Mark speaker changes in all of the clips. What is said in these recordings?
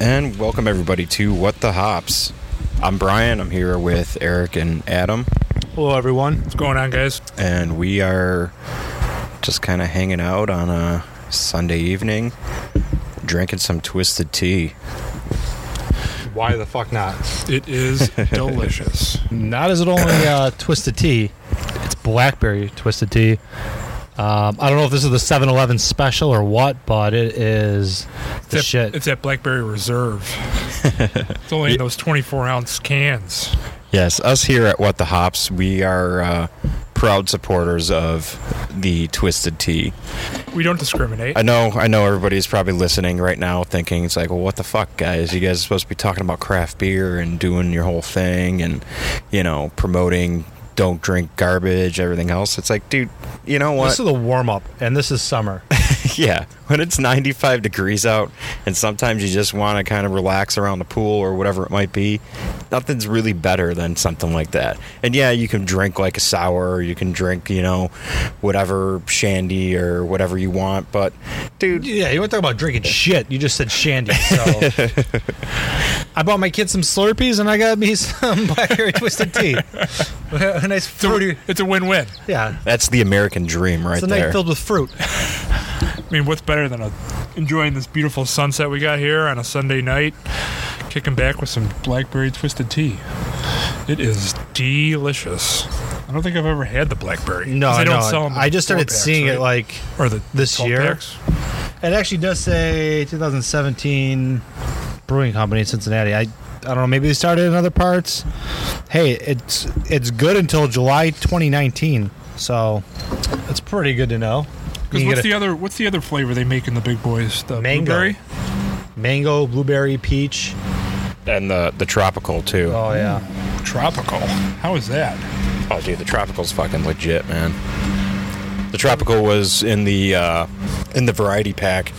Speaker 1: And welcome everybody to What the Hops. I'm Brian. I'm here with Eric and Adam,
Speaker 2: Hello, everyone.
Speaker 3: What's going on, guys?
Speaker 1: and we are just kind of hanging out on a Sunday evening, drinking some twisted tea.
Speaker 2: Why the fuck not?
Speaker 3: It is delicious.
Speaker 2: Not is it only uh, twisted tea. It's blackberry twisted tea. Um, I don't know if this is the 7-Eleven special or what, but it is
Speaker 3: It's
Speaker 2: the
Speaker 3: at,
Speaker 2: shit.
Speaker 3: It's at Blackberry Reserve. it's only in those 24 ounce cans.
Speaker 1: Yes, us here at What the Hops, we are uh, proud supporters of the twisted tea.
Speaker 3: We don't discriminate.
Speaker 1: I know, I know everybody's probably listening right now thinking it's like, well, what the fuck, guys? You guys are supposed to be talking about craft beer and doing your whole thing and, you know, promoting don't drink garbage, everything else. It's like, dude, you know what?
Speaker 2: This is the warm up, and this is summer.
Speaker 1: yeah. When it's 95 degrees out and sometimes you just want to kind of relax around the pool or whatever it might be, nothing's really better than something like that. And yeah, you can drink like a sour, or you can drink, you know, whatever shandy or whatever you want, but dude,
Speaker 2: yeah, you want to talk about drinking shit? You just said shandy. So I bought my kids some Slurpees, and I got me some blackberry twisted tea. a nice fruity.
Speaker 3: It's a win win.
Speaker 2: Yeah,
Speaker 1: That's the American dream right
Speaker 2: it's a
Speaker 1: there.
Speaker 2: night filled with fruit.
Speaker 3: I mean, what's better than a, enjoying this beautiful sunset we got here on a Sunday night, kicking back with some Blackberry Twisted Tea? It is delicious. I don't think I've ever had the blackberry. 'cause
Speaker 2: No,
Speaker 3: they don't
Speaker 2: no.
Speaker 3: sell 'em in
Speaker 2: I just
Speaker 3: four
Speaker 2: started
Speaker 3: packs,
Speaker 2: seeing
Speaker 3: right?
Speaker 2: it like
Speaker 3: or the
Speaker 2: this
Speaker 3: 12
Speaker 2: year.
Speaker 3: packs?
Speaker 2: It actually does say 2017 Brewing Company in Cincinnati. I, I don't know. Maybe they started in other parts. Hey, it's it's good until July 2019. So that's pretty good to know. You
Speaker 3: Because
Speaker 2: can
Speaker 3: what's
Speaker 2: get a
Speaker 3: the other what's the other flavor they make in the big boys? The
Speaker 2: Mango.
Speaker 3: blueberry?
Speaker 2: mango, blueberry, peach.
Speaker 1: and the the tropical too. Oh.
Speaker 2: Oh yeah,
Speaker 3: Tropical. How is that?
Speaker 1: dude, the tropical's fucking legit, man. The tropical was in the uh, in the variety pack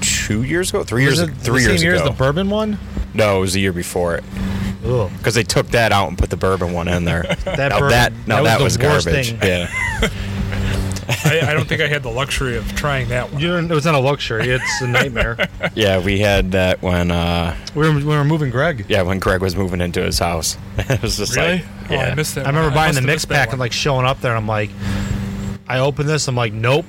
Speaker 1: two years ago, three years,
Speaker 2: Was it
Speaker 1: three
Speaker 2: the
Speaker 1: years
Speaker 2: same year as
Speaker 1: ago.
Speaker 2: the bourbon one.
Speaker 1: no, it was the year before it
Speaker 2: Ugh,
Speaker 1: because they took that out and put the bourbon one in there.
Speaker 2: that
Speaker 1: now
Speaker 2: bourbon-
Speaker 1: that now that, was,
Speaker 2: the worst
Speaker 1: garbage.
Speaker 2: Thing.
Speaker 1: Yeah,
Speaker 3: I, I don't think I had the luxury of trying that one.
Speaker 2: You don't- It was not a luxury. It's a nightmare.
Speaker 1: yeah, we had that when uh,
Speaker 2: we, were, we were moving Greg.
Speaker 1: yeah when Greg was moving into his house. it was just
Speaker 3: Really?
Speaker 1: like
Speaker 3: Oh,
Speaker 1: yeah.
Speaker 3: I missed that.
Speaker 2: I remember
Speaker 3: one.
Speaker 2: buying
Speaker 3: must
Speaker 2: the
Speaker 3: have
Speaker 2: mix
Speaker 3: missed that
Speaker 2: pack
Speaker 3: one.
Speaker 2: and like showing up there, and I'm like, I opened this. I'm like, nope.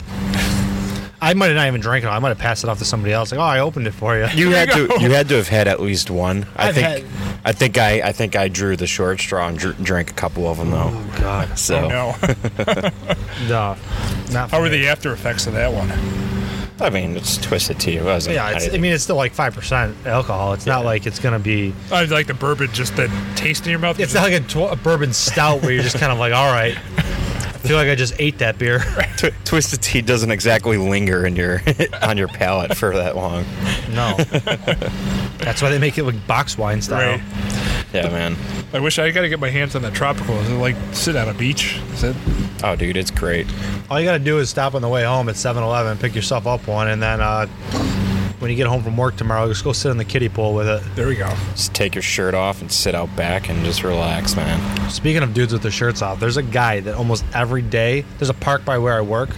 Speaker 2: I might have not even drank it. I might have passed it off to somebody else. Like, oh, I opened it for you.
Speaker 1: You
Speaker 3: There
Speaker 1: had to
Speaker 3: you go.
Speaker 1: you had to have had at least one. I
Speaker 2: I've
Speaker 1: think I think I I think I drew the short straw and dr- drank a couple of them though.
Speaker 2: God,
Speaker 1: so
Speaker 3: Oh, no.
Speaker 2: no, not.
Speaker 3: How
Speaker 2: for
Speaker 3: were
Speaker 2: me.
Speaker 3: the after effects of that one?
Speaker 1: I mean it's twisted tea. It wasn't.
Speaker 2: Yeah, it's, I mean, it's still like five percent alcohol. It's not like it's gonna be.
Speaker 3: I like the bourbon, just the taste in your mouth.
Speaker 2: It's not like a, tw- a bourbon stout where you're just kind of like, all right. I feel like I just ate that beer.
Speaker 1: Tw- twisted tea doesn't exactly linger in your on your palate for that long.
Speaker 2: No, that's why they make it like box wine style.
Speaker 3: Right.
Speaker 1: Yeah, man.
Speaker 3: I wish I got to get my hands on that tropical. Is it like sit on a beach? Is it?
Speaker 1: Oh, dude, it's great.
Speaker 2: All you got to do is stop on the way home at 7 Eleven, pick yourself up one, and then uh, when you get home from work tomorrow, just go sit in the kiddie pool with it.
Speaker 3: There we go.
Speaker 1: Just take your shirt off and sit out back and just relax, man.
Speaker 2: Speaking of dudes with their shirts off, there's a guy that almost every day, there's a park by where I work.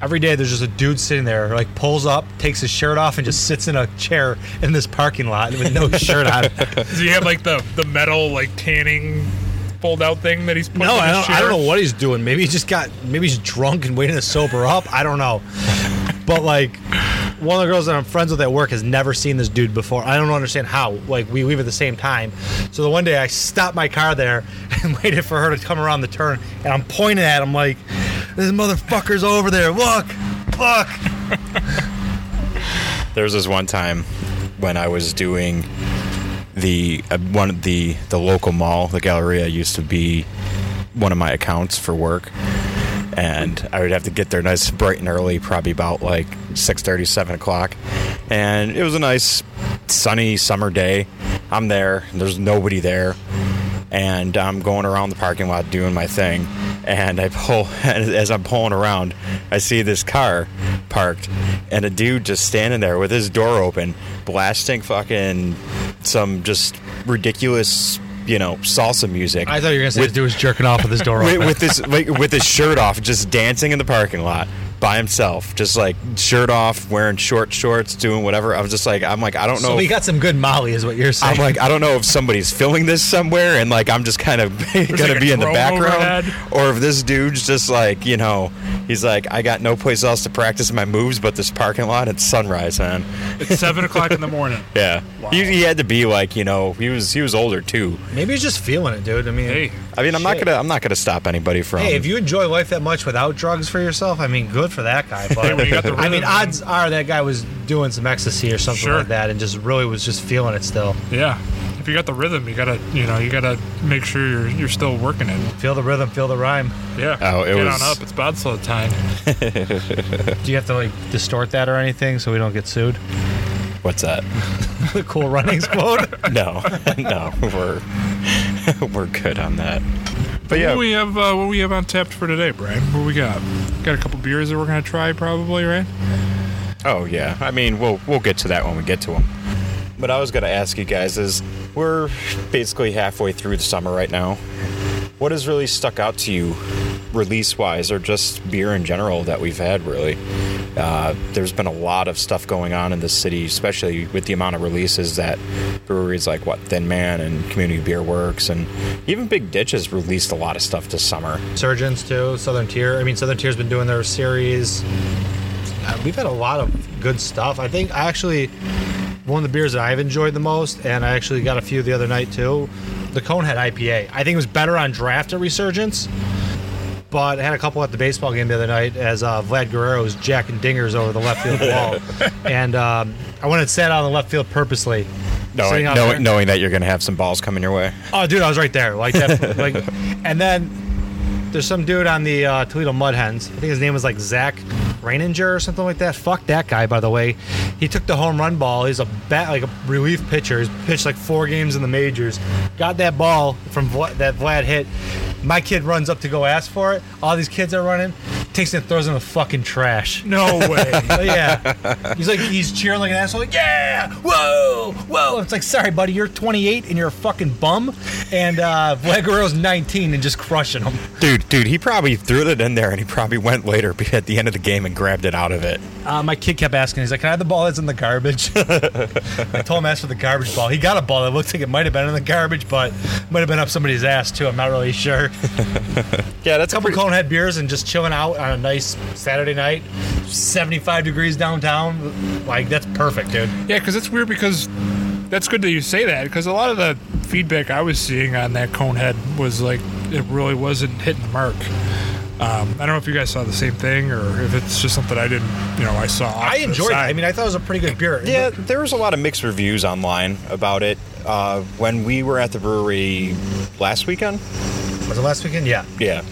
Speaker 2: Every day, there's just a dude sitting there, who, like pulls up, takes his shirt off, and just sits in a chair in this parking lot with no shirt on.
Speaker 3: Does he have like the the metal like tanning fold out thing that he's putting
Speaker 2: No,
Speaker 3: in
Speaker 2: I
Speaker 3: his
Speaker 2: don't, I
Speaker 3: chair?
Speaker 2: don't know what he's doing. Maybe he just got, maybe he's drunk and waiting to sober up. I don't know. But like, one of the girls that I'm friends with at work has never seen this dude before. I don't understand how. Like, we leave at the same time. So the one day I stopped my car there and waited for her to come around the turn. And I'm pointing at him like, this motherfucker's over there. Look, look.
Speaker 1: There was this one time when I was doing the uh, one of the the local mall, the Galleria, used to be one of my accounts for work, and I would have to get there nice, bright and early, probably about like 6:30, 7 o'clock, and it was a nice sunny summer day. I'm there. There's nobody there and I'm going around the parking lot doing my thing. And I pull, and as I'm pulling around, I see this car parked, and a dude just standing there with his door open, blasting fucking some just ridiculous, you know, salsa music.
Speaker 2: I thought you were going to say
Speaker 1: With-
Speaker 2: this dude was jerking off with his door
Speaker 1: with,
Speaker 2: open.
Speaker 1: with this like, with his shirt off, just dancing in the parking lot. by himself, just like shirt off, wearing short shorts, doing whatever. I was just like, I'm like, I don't know.
Speaker 2: So we
Speaker 1: if-
Speaker 2: got some good Molly, is what you're saying.
Speaker 1: I'm like, I don't know if somebody's filming this somewhere, and like, I'm just kind of gonna
Speaker 3: like, a
Speaker 1: be in the
Speaker 3: drone overhead.
Speaker 1: background, or if this dude's just like, you know, he's like, I got no place else to practice my moves but this parking lot at sunrise, man.
Speaker 3: It's seven o'clock in the morning.
Speaker 1: Yeah, he, he had to be like, you know, he was he was older too.
Speaker 2: Maybe he's just feeling it, dude. I mean,
Speaker 3: Hey,
Speaker 1: I mean, I'm not
Speaker 2: Shit.
Speaker 1: gonna I'm not gonna stop anybody from.
Speaker 3: Um,
Speaker 2: Hey, if you enjoy life that much without drugs for yourself, I mean, good for that guy. But
Speaker 3: when you got the
Speaker 2: I mean,
Speaker 3: rhythm,
Speaker 2: odds are that guy was doing some ecstasy or something
Speaker 3: Sure.
Speaker 2: like that, and just really was just feeling it still.
Speaker 3: yeah. If you got the rhythm, you gotta, you know, you gotta make sure you're you're still working it.
Speaker 2: Feel the rhythm, feel the rhyme.
Speaker 3: Yeah.
Speaker 1: Oh, it
Speaker 3: Get
Speaker 1: was-
Speaker 3: on up. It's bobsled time.
Speaker 2: Do you have to like distort that or anything so we don't get sued?
Speaker 1: what's that?
Speaker 2: The cool runnings quote.
Speaker 1: No, no, we're we're good on that. But yeah,
Speaker 3: What we have uh, what we have on tap for today, Brian? What we got? Got a couple beers that we're gonna try, probably, right?
Speaker 1: Oh yeah, I mean we'll we'll get to that when we get to them. But I was gonna ask you guys is we're basically halfway through the summer right now. What has really stuck out to you, release wise, or just beer in general that we've had? Really, uh, there's been a lot of stuff going on in the city, especially with the amount of releases that breweries like what Thin Man and Community Beer Works and even Big Ditch has released a lot of stuff this summer.
Speaker 2: Surgeons too. Southern Tier. I mean, Southern Tier's been doing their series. Uh, we've had a lot of good stuff. I think I actually one of the beers that I've enjoyed the most, and I actually got a few the other night too. The Conehead IPA. I think it was better on draft at Resurgence, but I had a couple at the baseball game the other night as uh, Vlad Guerrero was jacking dingers over the left field wall, and um, I went and sat out on the left field purposely.
Speaker 1: Knowing,
Speaker 2: Sitting out there.
Speaker 1: knowing, knowing that you're gonna have some balls coming your way.
Speaker 2: Oh, dude, I was right there. Like that. like, and then there's some dude on the uh, Toledo Mud Hens. I think his name was like Zach Reininger or something like that. Fuck that guy, by the way. He took the home run ball. He's a bat, like a relief pitcher. He's pitched like four games in the majors. Got that ball from Vla- that Vlad hit. My kid runs up to go ask for it. All these kids are running. Takes it and throws it in the fucking trash.
Speaker 3: No way.
Speaker 2: Oh, yeah. He's like, he's cheering like an asshole. Like, yeah, whoa, whoa. It's like, sorry, buddy, you're 28 and you're a fucking bum. And uh, Vlad Guerrero's 19 and just crushing him.
Speaker 1: Dude, dude, he probably threw it in there and he probably went later be- at the end of the game and grabbed it out of it.
Speaker 2: Uh, my kid kept asking, he's like, can I have the ball that's in the garbage? I told him ask for the garbage ball. He got a ball that looks like it might have been in the garbage, but might have been up somebody's ass too. I'm not really sure.
Speaker 1: Yeah, that's
Speaker 2: Couple Conehead beers and just chilling out on a nice Saturday night, 75 degrees downtown. Like, that's perfect, dude.
Speaker 3: Yeah, because it's weird because that's good that you say that because a lot of the feedback I was seeing on that Conehead was like it really wasn't hitting the mark. Um, I don't know if you guys saw the same thing or if it's just something I didn't, you know, I saw. off
Speaker 2: I
Speaker 3: to the
Speaker 2: enjoyed it.
Speaker 3: side.
Speaker 2: I mean, I thought it was a pretty good beer.
Speaker 1: Yeah, there was a lot of mixed reviews online about it. Uh, when we were at the brewery last weekend,
Speaker 2: Was it last weekend? Yeah.
Speaker 1: yeah,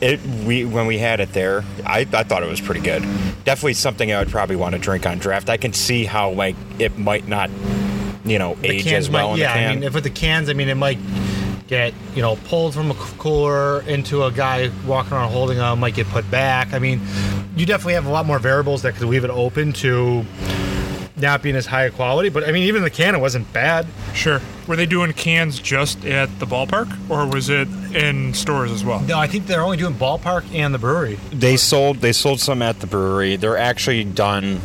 Speaker 1: it we when we had it there, I, I thought it was pretty good. Definitely something I would probably want to drink on draft. I can see how like it might not, you know,
Speaker 2: The
Speaker 1: age
Speaker 2: cans
Speaker 1: as well
Speaker 2: might,
Speaker 1: in
Speaker 2: yeah,
Speaker 1: the can.
Speaker 2: I mean, if with the cans, I mean, it might get you know pulled from a c- cooler into a guy walking around holding them, might get put back. I mean, you definitely have a lot more variables that could leave it open to not being as high a quality. But I mean, even the can, it wasn't bad.
Speaker 3: sure. Were they doing cans just at the ballpark or was it in stores as well?
Speaker 2: No, I think they're only doing ballpark and the brewery.
Speaker 1: they sold they sold some at the brewery. They're actually done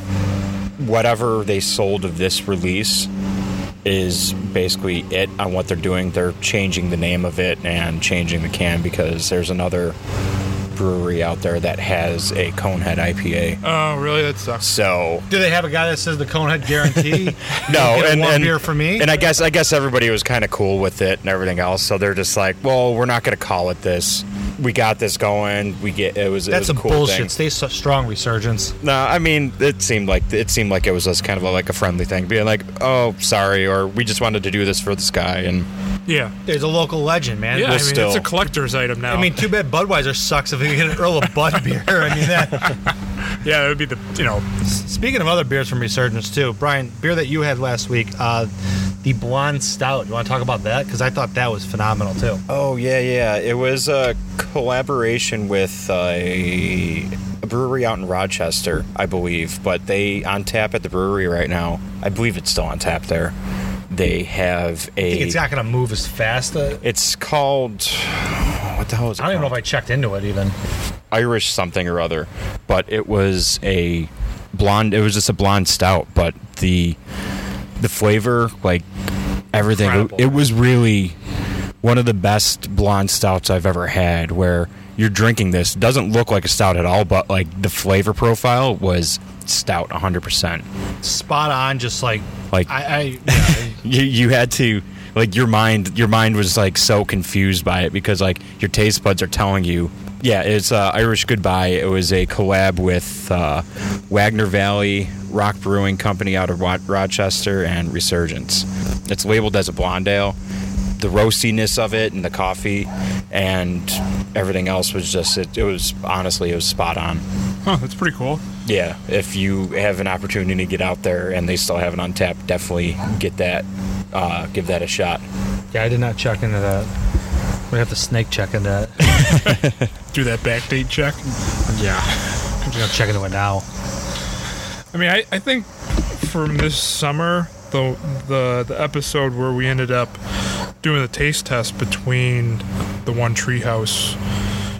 Speaker 1: whatever they sold of this release is basically it on what they're doing. They're changing the name of it and changing the can because there's another brewery out there that has a Conehead IPA.
Speaker 3: Oh, really? That sucks.
Speaker 1: So
Speaker 2: Do they have a guy that says the Conehead guarantee?
Speaker 1: no,
Speaker 2: Get
Speaker 1: and,
Speaker 2: one
Speaker 1: and
Speaker 2: beer for me?
Speaker 1: And I guess I guess everybody was kind of cool with it and everything else. So they're just like, well, we're not going to call it this. We got this going. We get it was. it
Speaker 2: That's
Speaker 1: was
Speaker 2: some
Speaker 1: cool
Speaker 2: bullshit.
Speaker 1: Thing.
Speaker 2: Stay so strong, Resurgence.
Speaker 1: No, I mean it seemed like it seemed like it was just kind of like a friendly thing, being like, "Oh, sorry," or "We just wanted to do this for this guy." And
Speaker 3: Yeah.
Speaker 2: There's a local legend, man.
Speaker 3: Yeah, I mean,
Speaker 1: still-
Speaker 3: it's a collector's item now.
Speaker 2: I mean, too bad Budweiser sucks if we get an Earl of Bud beer. I mean, that.
Speaker 3: yeah, it would be the, you know,
Speaker 2: Speaking of other beers from Resurgence, too, Brian, beer that you had last week, uh, the Blonde Stout. You want to talk about that? Because I thought that was phenomenal, too.
Speaker 1: oh yeah, yeah, it was a collaboration with a, a brewery out in Rochester, I believe. But they on tap at the brewery right now. I believe it's still on tap there. They have
Speaker 2: I think
Speaker 1: a.
Speaker 2: it's not going to move as fast. Uh,
Speaker 1: it's called. What the hell is it?
Speaker 2: I don't even know if
Speaker 1: called?
Speaker 2: I checked into it, even.
Speaker 1: Irish something or other, but it was a blonde. It was just a blonde stout, but the the flavor, like everything,
Speaker 3: Incredible.
Speaker 1: it was really one of the best blonde stouts I've ever had. Where you're drinking this doesn't look like a stout at all, but like the flavor profile was stout 100. percent
Speaker 2: Spot on, just like
Speaker 1: Like-
Speaker 2: I, I, yeah,
Speaker 1: you you had to like your mind your mind was like so confused by it because like your taste buds are telling you yeah it's uh, irish goodbye it was a collab with uh, wagner valley rock brewing company out of Wa- rochester and resurgence it's labeled as a blonde ale the roastiness of it and the coffee and everything else was just it, it was honestly it was spot on
Speaker 3: Huh, that's pretty cool.
Speaker 1: yeah if you have an opportunity to get out there and they still have it on tap definitely get that uh, give that a shot
Speaker 2: yeah, I did not check into that. We have to snake check into that.
Speaker 3: Do that backdate check.
Speaker 2: yeah, I'm gonna check into it now.
Speaker 3: I mean, I, I think from this summer, the, the the episode where we ended up doing the taste test between the one treehouse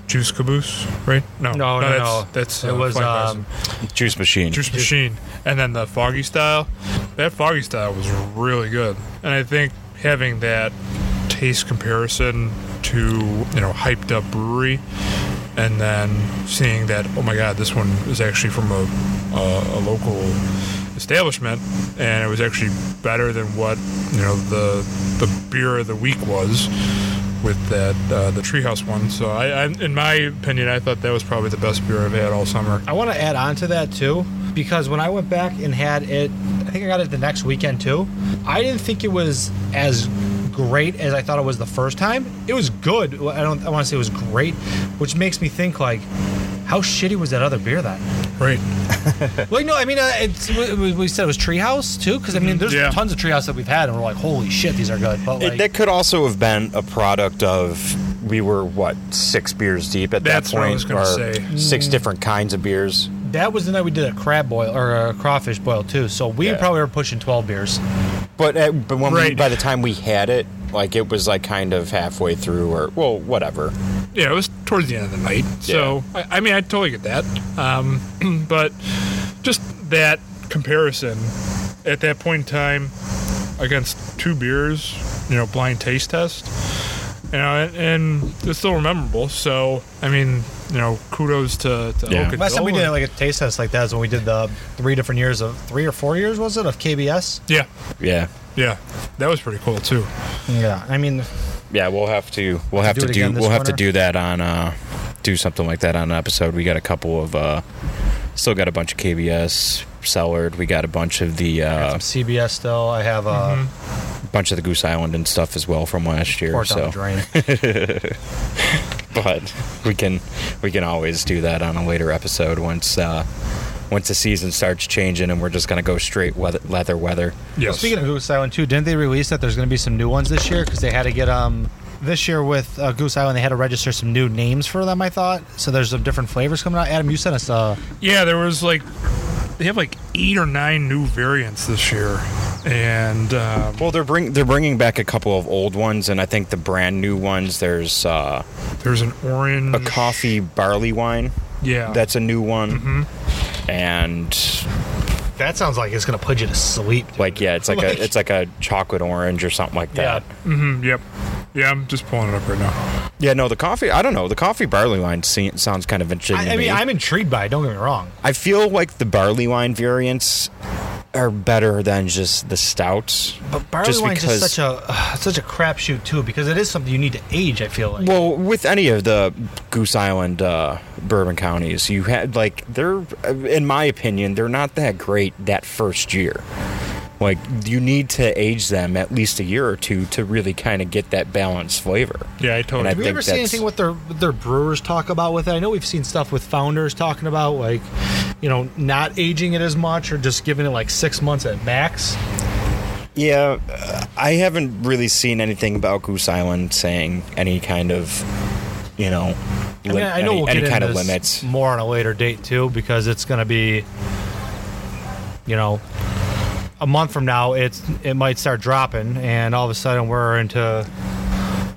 Speaker 3: juice caboose, right? No,
Speaker 2: No, no,
Speaker 3: that's,
Speaker 2: no.
Speaker 3: That's
Speaker 2: It
Speaker 3: uh,
Speaker 2: was
Speaker 3: Flying Bison.
Speaker 2: um,
Speaker 1: juice machine
Speaker 3: Juice Machine, and then the Foggy style. That Foggy style was really good, and I think having that taste comparison to you know hyped up brewery, and then seeing that oh my god, this one is actually from a a, a local establishment, and it was actually better than what you know the the beer of the week was. With that, uh, the Treehouse one. So, I, I, in my opinion, I thought that was probably the best beer I've had all summer.
Speaker 2: I want to add on to that too, because when I went back and had it, I think I got it the next weekend too. I didn't think it was as great as I thought it was the first time. It was good. Well, I don't. I want to say it was great, which makes me think like, how shitty was that other beer then?
Speaker 3: Right.
Speaker 2: Well, no, I mean, uh, it's, we, we- we said it was Treehouse too, because I mean, there's
Speaker 3: Yeah.
Speaker 2: tons of Treehouse that we've had, and we're like, holy shit, these are good. But like,
Speaker 1: It, that could also have been a product of we were what six beers deep at
Speaker 3: That's
Speaker 1: that
Speaker 3: what I
Speaker 1: point,
Speaker 3: was gonna
Speaker 1: or
Speaker 3: say. Mm.
Speaker 1: six different kinds of beers.
Speaker 2: that was the night we did a crab boil or a crawfish boil too. So we
Speaker 1: Yeah.
Speaker 2: probably were pushing 12 beers.
Speaker 1: But uh, but when we,
Speaker 3: Right.
Speaker 1: by the time we had it, like it was like kind of halfway through, or well, whatever.
Speaker 3: yeah, it was towards the end of the night. So I, I mean, I totally get that, um, but just that comparison at that point in time against two beers, you know, blind taste test, you know, and, and it's still memorable. So I mean, you know, kudos to, to
Speaker 1: Yeah.
Speaker 3: Oak and
Speaker 2: Last time we
Speaker 3: Dole
Speaker 2: did
Speaker 3: and-
Speaker 2: like a taste test like that is when we did the three different years of three or four years was it of KBS?
Speaker 3: yeah,
Speaker 1: Yeah,
Speaker 3: yeah, that was pretty cool too.
Speaker 2: Yeah, I mean,
Speaker 1: yeah. We'll have to we'll have
Speaker 2: Do
Speaker 1: to
Speaker 2: it
Speaker 1: do
Speaker 2: again
Speaker 1: we'll
Speaker 2: this
Speaker 1: have to
Speaker 2: winter?
Speaker 1: do that on uh do something like that on an episode. We got a couple of uh still got a bunch of KBS cellared. We got a bunch of the uh
Speaker 2: some CBS still. I have a uh,
Speaker 1: bunch of the Goose Island and stuff as well from last year.
Speaker 2: pour it
Speaker 1: so
Speaker 2: down the drain.
Speaker 1: but we can we can always do that on a later episode once uh, once the season starts changing and we're just gonna go straight weather, leather weather.
Speaker 3: Yes.
Speaker 2: Speaking of Goose Island too, didn't they release that there's going to be some new ones this year because they had to get um this year with uh, Goose Island they had to register some new names for them. I thought so. There's some different flavors coming out. Adam, you sent us uh
Speaker 3: Yeah, there was like they have like eight or nine new variants this year, and um,
Speaker 1: Well, they're bring they're bringing back a couple of old ones and I think the brand new ones. There's uh,
Speaker 3: there's an orange.
Speaker 1: a
Speaker 2: Mm.
Speaker 1: coffee barley wine.
Speaker 3: Yeah.
Speaker 1: That's a new one.
Speaker 2: Mm-hmm.
Speaker 1: And
Speaker 2: that sounds like it's going to put you to sleep. dude.
Speaker 1: like yeah, it's like,
Speaker 2: Like-
Speaker 1: a it's like a chocolate orange or something like
Speaker 2: Yeah.
Speaker 1: that.
Speaker 3: Mm, yep. Yeah, I'm just pulling it up right now.
Speaker 1: Yeah, no, the coffee. I don't know. The coffee barley wine se- sounds kind of interesting. to
Speaker 2: I, I
Speaker 1: me.
Speaker 2: mean, I'm intrigued by it. Don't get me wrong.
Speaker 1: I feel like the barley wine variants are better than just the stouts.
Speaker 2: But barley
Speaker 1: Just
Speaker 2: wine's
Speaker 1: because-
Speaker 2: just such a uh, such a crapshoot too, because it is something you need to age. I feel like.
Speaker 1: Well, with any of the Goose Island uh, bourbon counties, you had like they're, uh, in my opinion, they're not that great that first year. Like you need to age them at least a year or two to really kind of get that balanced flavor.
Speaker 3: Yeah, I totally.
Speaker 1: And I
Speaker 2: Have we
Speaker 1: think
Speaker 2: ever seen
Speaker 1: that's-
Speaker 2: anything what their what their brewers talk about with it? I know we've seen stuff with founders talking about like, you know, not aging it as much or just giving it like six months at max.
Speaker 1: Yeah, uh, I haven't really seen anything about Goose Island saying any kind of, you know,
Speaker 2: I mean,
Speaker 1: lim-
Speaker 2: I know
Speaker 1: any,
Speaker 2: we'll get
Speaker 1: any
Speaker 2: into
Speaker 1: kind of
Speaker 2: this
Speaker 1: limits.
Speaker 2: more on a later date too, because it's going to be, you know, a month from now, it's it might start dropping, and all of a sudden we're into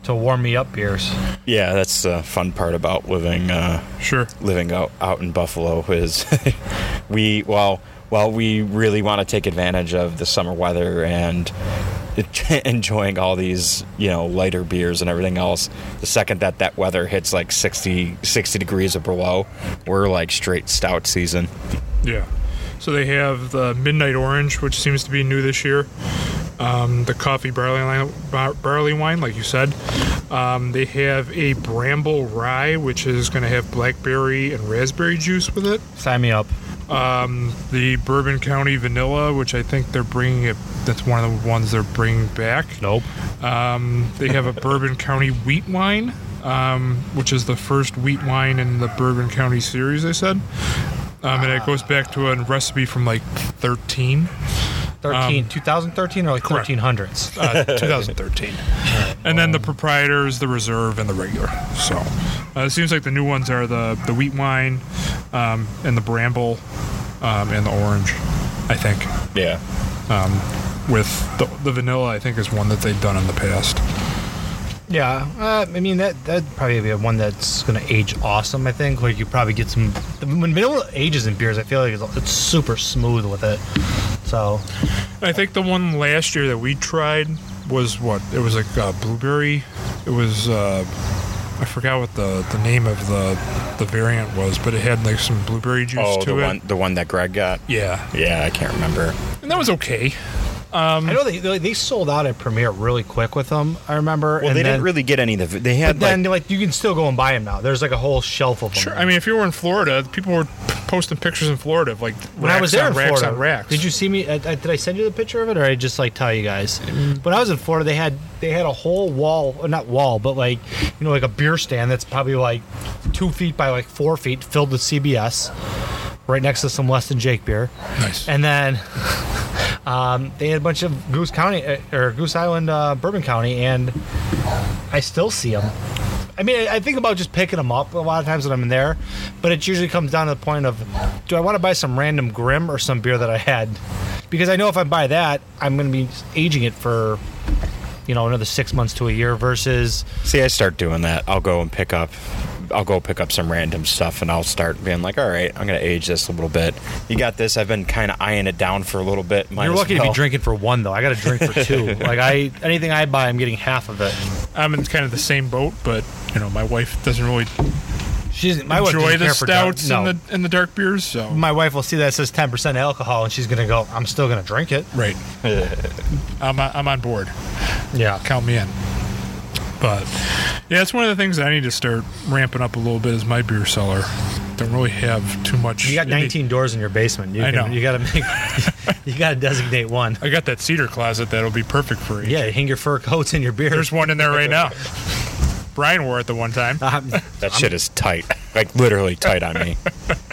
Speaker 2: to warm me up beers.
Speaker 1: Yeah, that's the fun part about living uh,
Speaker 3: Sure.
Speaker 1: living out, out in Buffalo is we while while we really want to take advantage of the summer weather and it- enjoying all these you know lighter beers and everything else the second that that weather hits like 60 60 degrees or below we're like straight stout season
Speaker 3: Yeah. So they have the Midnight Orange, which seems to be new this year. Um, the coffee barley line, bar- barley wine, like you said. Um, they have a Bramble Rye, which is going to have blackberry and raspberry juice with it.
Speaker 2: Sign me up.
Speaker 3: Um, the Bourbon County Vanilla, which I think they're bringing it. That's one of the ones they're bringing back.
Speaker 2: Nope.
Speaker 3: Um, they have a Bourbon County wheat wine, um, which is the first wheat wine in the Bourbon County series, they said. Um, and it goes back to a recipe from like 13,
Speaker 2: 13, 2013 or like
Speaker 3: correct.
Speaker 2: 1300s?
Speaker 3: uh, 2013. and then the proprietors, the reserve, and the regular. So uh, it seems like the new ones are the, the wheat wine um, and the bramble um, and the orange, I think.
Speaker 1: yeah
Speaker 3: With the, the vanilla, I think, is one that they've done in the past.
Speaker 2: Yeah. Uh, I mean, that, that'd probably be one that's going to age awesome, I think. Like, you probably get some. When vanilla ages in beers, I feel like it's, it's super smooth with it. So,
Speaker 3: I think the one last year that we tried was what? It was like uh, blueberry. It was uh, I forgot what the, the name of the the variant was, but it had like some blueberry juice
Speaker 1: oh
Speaker 3: to
Speaker 1: the
Speaker 3: it.
Speaker 1: one the one that greg got
Speaker 3: Yeah,
Speaker 1: yeah i can't remember
Speaker 3: and that was okay.
Speaker 1: Um,
Speaker 2: I know they, they, they sold out at Premiere really quick with them, I remember.
Speaker 1: well
Speaker 2: and
Speaker 1: they
Speaker 2: then,
Speaker 1: didn't really get any of the they
Speaker 2: But
Speaker 1: had
Speaker 2: then,
Speaker 1: like,
Speaker 2: like, you can still go and buy them now. There's like a whole shelf of them.
Speaker 3: Sure. I mean, if you were in Florida, people were p- posting pictures in Florida of like
Speaker 2: when I was there in
Speaker 3: racks
Speaker 2: Florida,
Speaker 3: on racks.
Speaker 2: did you see me? I, I, did I send you the picture of it, or I just like tell you guys? When I was in Florida, they had they had a whole wall, or not wall, but like you know, like a beer stand that's probably like two feet by like four feet, filled with CBS, right next to some Less Than Jake beer,
Speaker 3: Nice.
Speaker 2: and then um, they had a bunch of Goose County uh, or Goose Island, uh, Bourbon County, and I still see them. I mean, I I think about just picking them up a lot of times when I'm in there, but it usually comes down to the point of, do I want to buy some random Grim or some beer that I had? Because I know if I buy that, I'm going to be aging it for, you know, another six months to a year versus
Speaker 1: see i start doing that i'll go and pick up i'll go pick up some random stuff and i'll start being like all right i'm gonna age this a little bit you got this i've been kind of eyeing it down for a little bit Might
Speaker 2: you're
Speaker 1: as
Speaker 2: lucky to
Speaker 1: well.
Speaker 2: be drinking for one though. I got to drink for two. like I, anything I buy, I'm getting half of it.
Speaker 3: I'm in kind of the same boat, but you know, my wife doesn't really
Speaker 2: She's my wife
Speaker 3: enjoy
Speaker 2: doesn't
Speaker 3: the
Speaker 2: care for dark-
Speaker 3: stouts
Speaker 2: no.
Speaker 3: and the and the dark beers. So
Speaker 2: my wife will see that it says 10% alcohol and she's going to go, I'm still going to drink it.
Speaker 3: right, I'm on- I'm on board.
Speaker 2: Yeah.
Speaker 3: count me in. But yeah, it's one of the things I need to start ramping up a little bit is my beer cellar. Don't really have too much.
Speaker 2: You got
Speaker 3: in the-
Speaker 2: 19 doors in your basement. You
Speaker 3: I
Speaker 2: can,
Speaker 3: know.
Speaker 2: You got to make, you got to designate one.
Speaker 3: I got that cedar closet that'll be perfect for you.
Speaker 2: Yeah, hang your fur coats and your beer.
Speaker 3: There's one in there right now. Brian wore it the one time.
Speaker 2: Um,
Speaker 1: That shit is tight, like literally tight on me.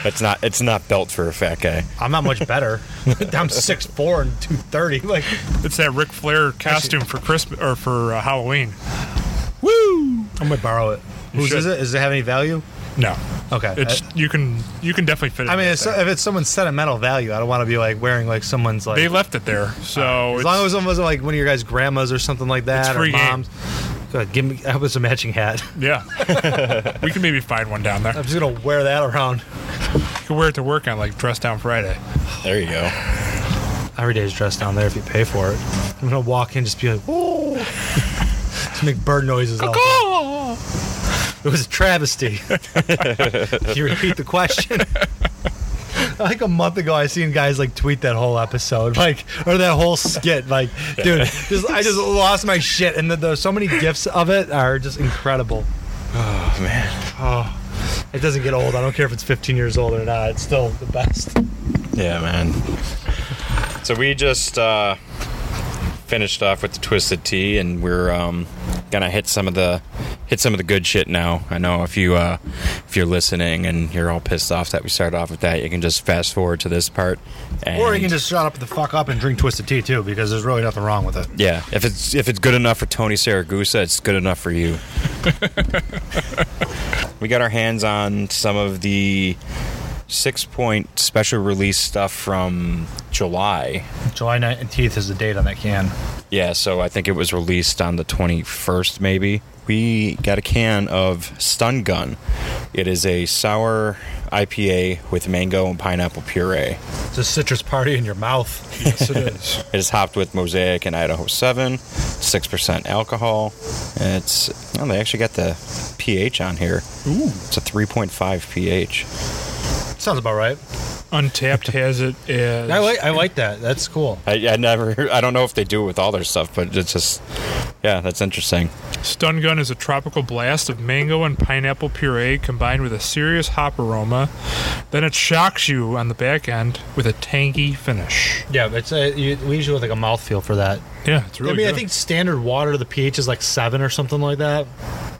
Speaker 1: That's not. It's not built for a fat guy.
Speaker 2: I'm not much better. I'm 6'4 and 230. Like,
Speaker 3: It's that Ric Flair costume for Christmas or for uh, Halloween.
Speaker 2: I'm going to borrow it. Whose
Speaker 3: should.
Speaker 2: is it? Does it have any value?
Speaker 3: No,
Speaker 2: Okay. Uh,
Speaker 3: it's you can you can definitely fit it.
Speaker 2: I mean,
Speaker 3: in
Speaker 2: it's, uh,
Speaker 3: there.
Speaker 2: if it's someone's sentimental value, I don't want to be like wearing like someone's like.
Speaker 3: they left it there, so
Speaker 2: as
Speaker 3: it's,
Speaker 2: long as it wasn't like one of your guys' grandmas or something like that,
Speaker 3: It's free
Speaker 2: or
Speaker 3: game.
Speaker 2: moms. Good, give me. I hope it's a matching hat.
Speaker 3: yeah, we can maybe find one down there.
Speaker 2: I'm just gonna wear that around.
Speaker 3: You can wear it to work on like dress down Friday.
Speaker 1: There you go.
Speaker 2: Every day's dressed down there if you pay for it. I'm gonna walk in, just be like, "Whoa!" just make bird noises. all day.
Speaker 3: Oh,
Speaker 2: It was a travesty. Can you repeat the question? Like a month ago, I seen guys like tweet that whole episode, like or that whole skit. Like, dude, just, I just lost my shit, and the, the, so many gifs of it are just incredible.
Speaker 1: Oh man.
Speaker 2: It doesn't get old. I don't care if it's 15 years old or not. It's still the best.
Speaker 1: Yeah, man. So we just uh, finished off with the twisted tea, and we're um, gonna hit some of the hit some of the good shit now. I know if you uh, if you're listening and you're all pissed off that we started off with that, you can just fast forward to this part. And
Speaker 2: Or you can just shut up the fuck up and drink twisted tea too, because there's really nothing wrong with it.
Speaker 1: yeah, if it's if it's good enough for Tony Saragusa, it's good enough for you. we got our hands on some of the six point special release stuff from July.
Speaker 2: July 19th is the date on that can.
Speaker 1: Yeah, so I think it was released on the 21st, maybe. we got a can of Stun Gun. It is a sour IPA with mango and pineapple puree.
Speaker 2: It's a citrus party in your mouth.
Speaker 3: Yes, it is.
Speaker 1: It is hopped with Mosaic and Idaho 7, 6% alcohol. It's, oh, they actually got the pH on here. Ooh. It's a 3.5 pH.
Speaker 2: Sounds about right.
Speaker 3: Untapped has it as
Speaker 2: I like I like that. That's cool.
Speaker 1: I, I never, I don't know if they do it with all their stuff, but it's just, yeah, that's interesting.
Speaker 3: Stun Gun is a tropical blast of mango and pineapple puree combined with a serious hop aroma. Then it shocks you on the back end with a tangy finish.
Speaker 2: Yeah, but it's a, you, we usually have like a mouthfeel for that.
Speaker 3: Yeah, it's really
Speaker 2: I mean, I
Speaker 3: good.
Speaker 2: think standard water the pH is like seven or something like that.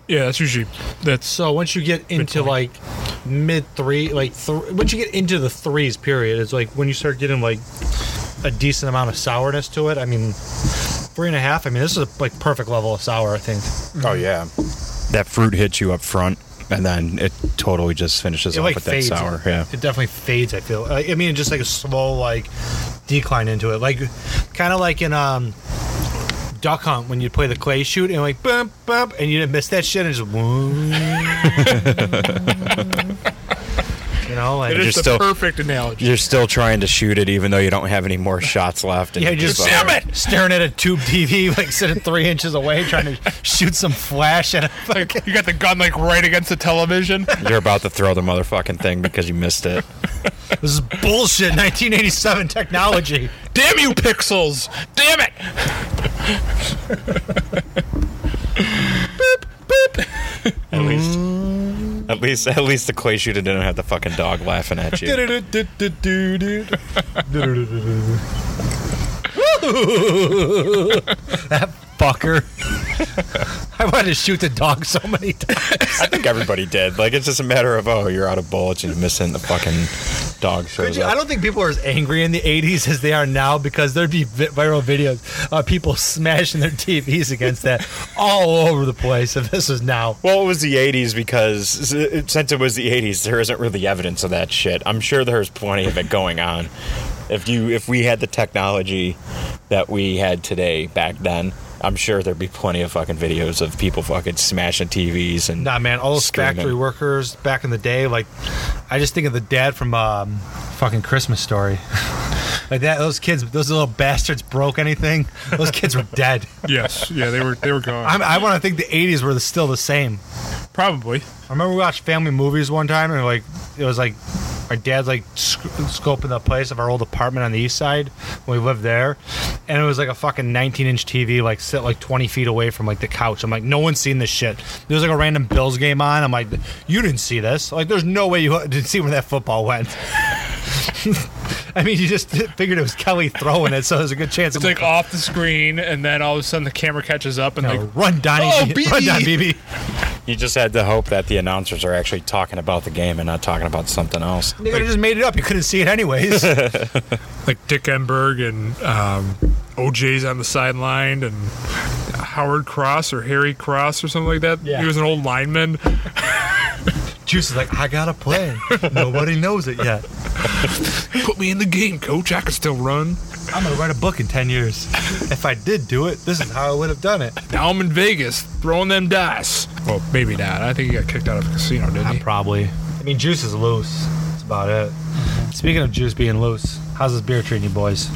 Speaker 3: Yeah, that's usually that's
Speaker 2: So once you get into
Speaker 3: point.
Speaker 2: like mid three, like th- once you get into the threes period, it's like when you start getting like a decent amount of sourness to it. I mean, three and a half. I mean, this is a, like perfect level of sour. I think.
Speaker 1: Oh, yeah. That fruit hits you up front, and then it totally just finishes off with that sour. Yeah.
Speaker 2: It definitely fades. I feel. I, I mean, just like a slow like decline into it, like kind of like in um duck hunt when you play the clay shoot and like bump bump and you didn't miss that shit and just woo. you know like
Speaker 3: it is
Speaker 1: You're
Speaker 3: the
Speaker 1: still-
Speaker 3: perfect analogy.
Speaker 1: You're still trying to shoot it, even though you don't have any more shots left. and
Speaker 2: yeah,
Speaker 1: you
Speaker 2: just
Speaker 1: like-
Speaker 2: it! staring at a tube TV, like sitting three inches away, trying to shoot some flash at a fucking.
Speaker 3: You got the gun like right against the television.
Speaker 1: You're about to throw the motherfucking thing because you missed it.
Speaker 2: This is bullshit. 1987 technology.
Speaker 3: Damn you, pixels! Damn it!
Speaker 1: At least, Mm. at least, at least the clay shooter didn't have the fucking dog laughing at you.
Speaker 2: that fucker. I wanted to shoot the dog so many times.
Speaker 1: I think everybody did. Like it's just a matter of oh, you're out of bullets, you're missing the fucking dog shows
Speaker 2: I
Speaker 1: up.
Speaker 2: don't think people are as angry in the 80s as they are now because there'd be vi- viral videos of people smashing their TVs against that all over the place. If this was now,
Speaker 1: Well, it was the '80s because s- since it was the '80s, there isn't really evidence of that shit. I'm sure there's plenty of it going on. If you, if we had the technology that we had today back then, I'm sure there'd be plenty of fucking videos of people fucking smashing TVs and
Speaker 2: nah, man, all those
Speaker 1: Screaming.
Speaker 2: factory workers back in the day, like, I just think of the dad from um, fucking Christmas Story. like that, those kids, those little bastards broke anything. Those kids were dead.
Speaker 3: Yes, yeah, they were they were gone.
Speaker 2: I'm, I want to think the 80s were the, still the same.
Speaker 3: Probably.
Speaker 2: I remember we watched family movies one time, and like it was like my dad's like sc- scoping the place of our old apartment on the east side when we lived there, and it was like a fucking 19 inch TV like sit like 20 feet away from like the couch. I'm like, no one's seen this shit. There's like a random Bills game on. I'm like, you didn't see this. Like, there's no way you didn't see where that football went. I mean, you just figured it was Kelly throwing it, so there's a good chance.
Speaker 3: It's like off the screen, and then all of a sudden the camera catches up, and like
Speaker 2: run, Donnie,
Speaker 3: Oh,
Speaker 2: run,
Speaker 3: BB.
Speaker 2: Don, BB.
Speaker 1: You just had to hope that the announcers are actually talking about the game and not talking about something else.
Speaker 2: They could have just made it up. You couldn't see it anyways.
Speaker 3: like Dick Enberg and um, OJ's on the sideline, and Howard Cross or Harry Cross or something like that.
Speaker 2: Yeah.
Speaker 3: He was an old lineman.
Speaker 2: Juice is like, I got a plan. Nobody knows it yet.
Speaker 3: Put me in the game, coach. I can still run.
Speaker 2: I'm gonna write a book in ten years. If I did do it, this is how I would have done it.
Speaker 3: Now I'm in Vegas throwing them dice. Well, maybe not. I think he got kicked out of a casino, didn't he?
Speaker 2: probably. Mm-hmm. I mean, Juice is loose. That's about it. Speaking of Juice being loose, how's this beer treating you, boys?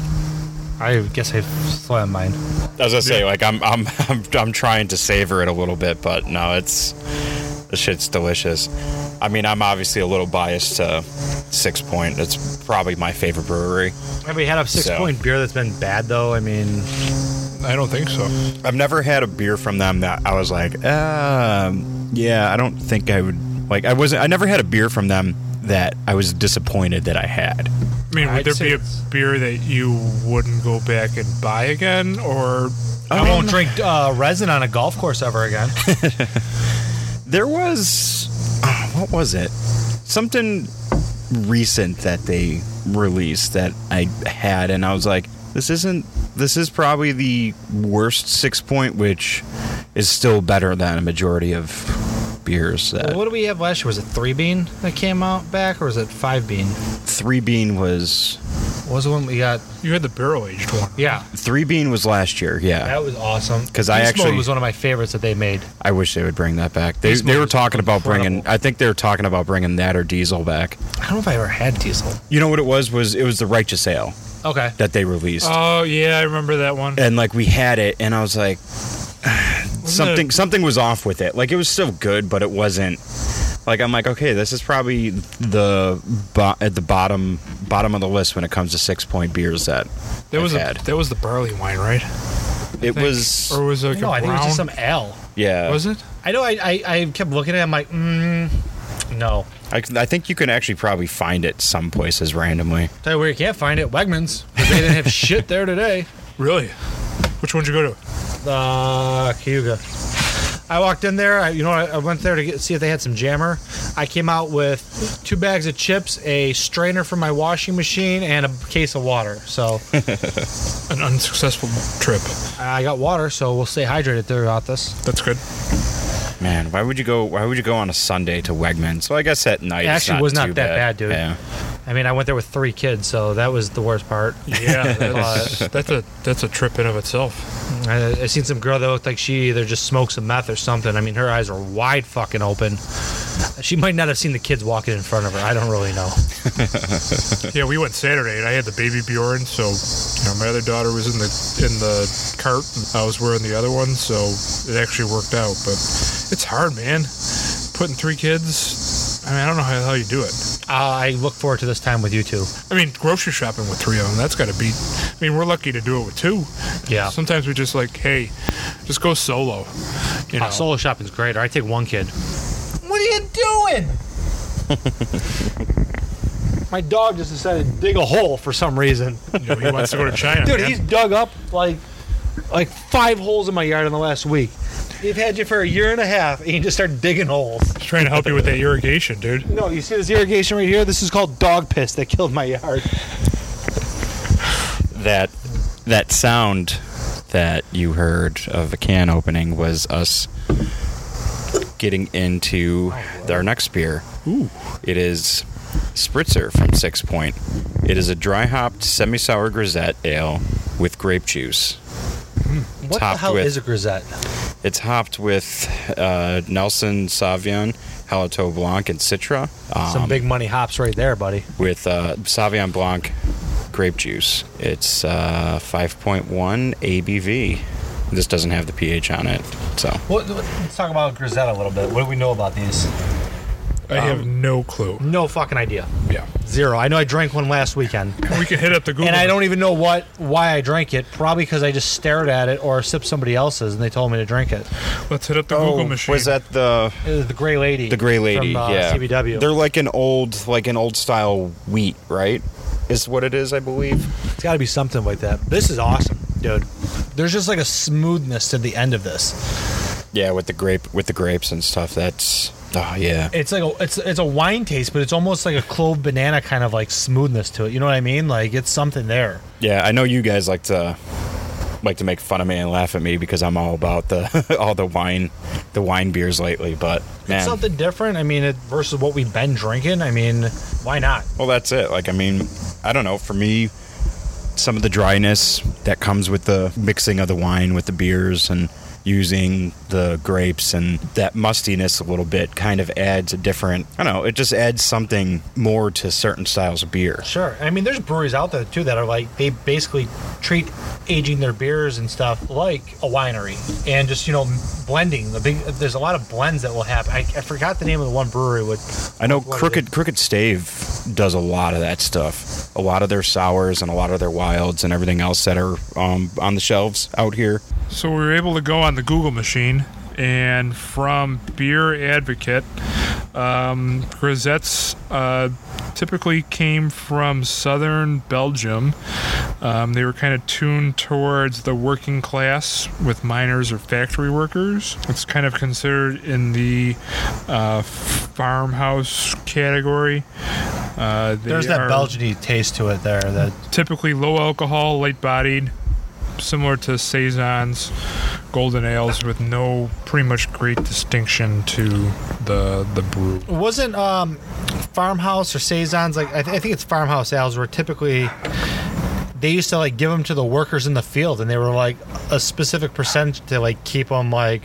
Speaker 2: I guess I slammed mine.
Speaker 1: As I say, like I'm, I'm, I'm, I'm trying to savor it a little bit, but no, it's the shit's delicious. I mean, I'm obviously a little biased to Six Point. It's probably my favorite brewery.
Speaker 2: Have we had a six
Speaker 1: So.
Speaker 2: point beer that's been bad though? I mean,
Speaker 3: I don't think so.
Speaker 1: I've never had a beer from them that I was like, um, yeah, I don't think I would like. I wasn't. I never had a beer from them that I was disappointed that I had.
Speaker 3: I mean, would
Speaker 2: I'd
Speaker 3: there
Speaker 2: say
Speaker 3: be a
Speaker 2: it's-
Speaker 3: beer that you wouldn't go back and buy again, or
Speaker 2: I, won't drink uh, resin on a golf course ever again.
Speaker 1: There was ah, what was it? Something recent that they released that I had and I was like, this isn't this is probably the worst six point which is still better than a majority of beers that
Speaker 2: what do we have last year? Was it three bean that came out back, or was it five bean?
Speaker 1: three bean was
Speaker 2: What was the one we got?
Speaker 3: You had the barrel aged one.
Speaker 2: Yeah,
Speaker 1: Three Bean was last year, yeah.
Speaker 2: that was awesome.
Speaker 1: 'Cause I
Speaker 2: Beast
Speaker 1: actually-
Speaker 2: Mode was one of my favorites that they made.
Speaker 1: I wish they would bring that back. They,
Speaker 2: Beast
Speaker 1: they
Speaker 2: Mode
Speaker 1: were
Speaker 2: is
Speaker 1: talking about bringing.
Speaker 2: incredible.
Speaker 1: I think they were talking about bringing that or Diesel back.
Speaker 2: I don't know if I ever had Diesel.
Speaker 1: You know what it was? Was it was the Righteous Ale
Speaker 2: Okay.
Speaker 1: that they released,
Speaker 3: Oh yeah, I remember that one.
Speaker 1: and like we had it, and I was like, something
Speaker 3: it-
Speaker 1: something was off with it. Like it was still good, but it wasn't. Like I'm like, okay, this is probably the bo- at the bottom bottom of the list when it comes to six point beers that
Speaker 3: That was
Speaker 1: I've
Speaker 3: a,
Speaker 1: had.
Speaker 3: that was the barley wine, right?
Speaker 1: it
Speaker 3: think-
Speaker 1: was
Speaker 3: or was it like
Speaker 2: No,
Speaker 3: a
Speaker 2: I think it was
Speaker 3: brown?
Speaker 2: just some L.
Speaker 1: yeah.
Speaker 3: Was it?
Speaker 2: I know. I, I, I kept looking at. it. I'm like, mm, no.
Speaker 1: I, I think you can actually probably find it some places randomly.
Speaker 2: Tell you where you can't find it. Wegmans. 'Cause They didn't have shit there today.
Speaker 3: Really? Which one'd you go to?
Speaker 2: Uh, Cayuga. I walked in there. I, you know, I, I went there to get, see if they had some jammer. I came out with two bags of chips, a strainer for my washing machine, and a case of water. So
Speaker 3: An unsuccessful trip.
Speaker 2: I got water. So we'll stay hydrated throughout this.
Speaker 3: That's good.
Speaker 1: Man, why would you go? Why would you go on a Sunday to Wegmans? So I guess at night
Speaker 2: It
Speaker 1: it's
Speaker 2: actually was not
Speaker 1: too
Speaker 2: that bad, dude.
Speaker 1: Yeah,
Speaker 2: I mean, I went there with three kids, so that was the worst part.
Speaker 3: Yeah, that's, that's a that's a trip in of itself.
Speaker 2: I, I seen some girl that looked like she either just smoked some meth or something. I mean, her eyes are wide fucking open. She might not have seen the kids walking in front of her. I don't really know.
Speaker 3: Yeah, we went Saturday, and I had the baby Bjorn, so you know my other daughter was in the in the cart, and I was wearing the other one, so it actually worked out. But it's hard, man. Putting three kids. I mean, I don't know how the hell you do it.
Speaker 2: Uh, I look forward to this time with you two.
Speaker 3: I mean, grocery shopping with three of them, that's got to be. I mean, we're lucky to do it with two.
Speaker 2: Yeah.
Speaker 3: Sometimes we just like, hey, just go solo. You know,
Speaker 2: Uh, solo shopping's great. Or I take one kid.
Speaker 4: What are you doing?
Speaker 2: My dog just decided to dig a hole for some reason.
Speaker 3: you know, he wants to go to China.
Speaker 2: Dude,
Speaker 3: man.
Speaker 2: he's dug up like like five holes in my yard in the last week. They've had you for a year and a half, and you just start digging holes.
Speaker 3: He's trying to help you with that irrigation, dude.
Speaker 2: No, you see this irrigation right here? This is called dog piss that killed my yard.
Speaker 1: that that sound that you heard of the can opening was us getting into our next beer. Ooh, it is Spritzer from Six Point. It is a dry hopped semi sour grisette ale with grape juice.
Speaker 2: What
Speaker 1: Topped
Speaker 2: the hell
Speaker 1: with-
Speaker 2: is a grisette?
Speaker 1: It's hopped with uh, Nelson Savion, Halato Blanc, and Citra. Um,
Speaker 2: Some big money hops right there, buddy.
Speaker 1: with uh, Sauvignon Blanc grape juice. It's uh, 5.1 ABV. This doesn't have the pH on it, so
Speaker 2: What, what- let's talk about Grisette a little bit. What do we know about these?
Speaker 3: I have
Speaker 2: Um,
Speaker 3: no clue.
Speaker 2: No fucking idea.
Speaker 3: Yeah.
Speaker 2: Zero. I know I drank one last weekend,
Speaker 3: We can hit up the Google.
Speaker 2: and I don't even know what why I drank it. Probably because I just stared at it or sipped somebody else's, and they told me to drink it.
Speaker 3: Let's hit up the Google machine.
Speaker 1: Oh, was that the
Speaker 2: It was the Gray Lady.
Speaker 1: the Gray Lady?
Speaker 2: From, uh,
Speaker 1: yeah,
Speaker 2: CBW.
Speaker 1: They're like an old like an old style wheat, right? Is what it is, I believe.
Speaker 2: It's got to be something like that. This is awesome, dude. There's just like a smoothness to the end of this.
Speaker 1: Yeah, with the grape with the grapes and stuff. That's oh yeah.
Speaker 2: It's like a it's it's a wine taste, but it's almost like a clove banana kind of like smoothness to it. You know what I mean? Like it's something there.
Speaker 1: Yeah, I know you guys like to like to make fun of me and laugh at me because I'm all about the all the wine the wine beers lately, but man.
Speaker 2: It's something different. I mean, it versus what we've been drinking. I mean, why not?
Speaker 1: Well, that's it. Like, I mean, I don't know. For me, some of the dryness that comes with the mixing of the wine with the beers and using the grapes and that mustiness a little bit kind of adds a different, I don't know, it just adds something more to certain styles of beer.
Speaker 2: Sure. I mean, there's breweries out there too that are like they basically treat aging their beers and stuff like a winery and just you know blending. The big there's a lot of blends that will happen. I, I forgot the name of the one brewery with.
Speaker 1: I know
Speaker 2: What it
Speaker 1: Crooked Crooked Stave does a lot of that stuff. A lot of their sours and a lot of their wilds and everything else that are um, on the shelves out here.
Speaker 3: So we were able to go on the Google machine, and from Beer Advocate, um, grisettes uh, typically came from southern Belgium. Um, they were kind of tuned towards the working class with miners or factory workers. It's kind of considered in the uh, farmhouse category. Uh, they
Speaker 2: There's that
Speaker 3: are-
Speaker 2: Belgian taste to it there. That
Speaker 3: typically low alcohol, light bodied, similar to saisons, golden ales, with no pretty much great distinction to the the brew.
Speaker 2: wasn't um, farmhouse or saisons like I, th- I think it's farmhouse ales were typically they used to like give them to the workers in the field, and they were like a specific percentage to like keep them like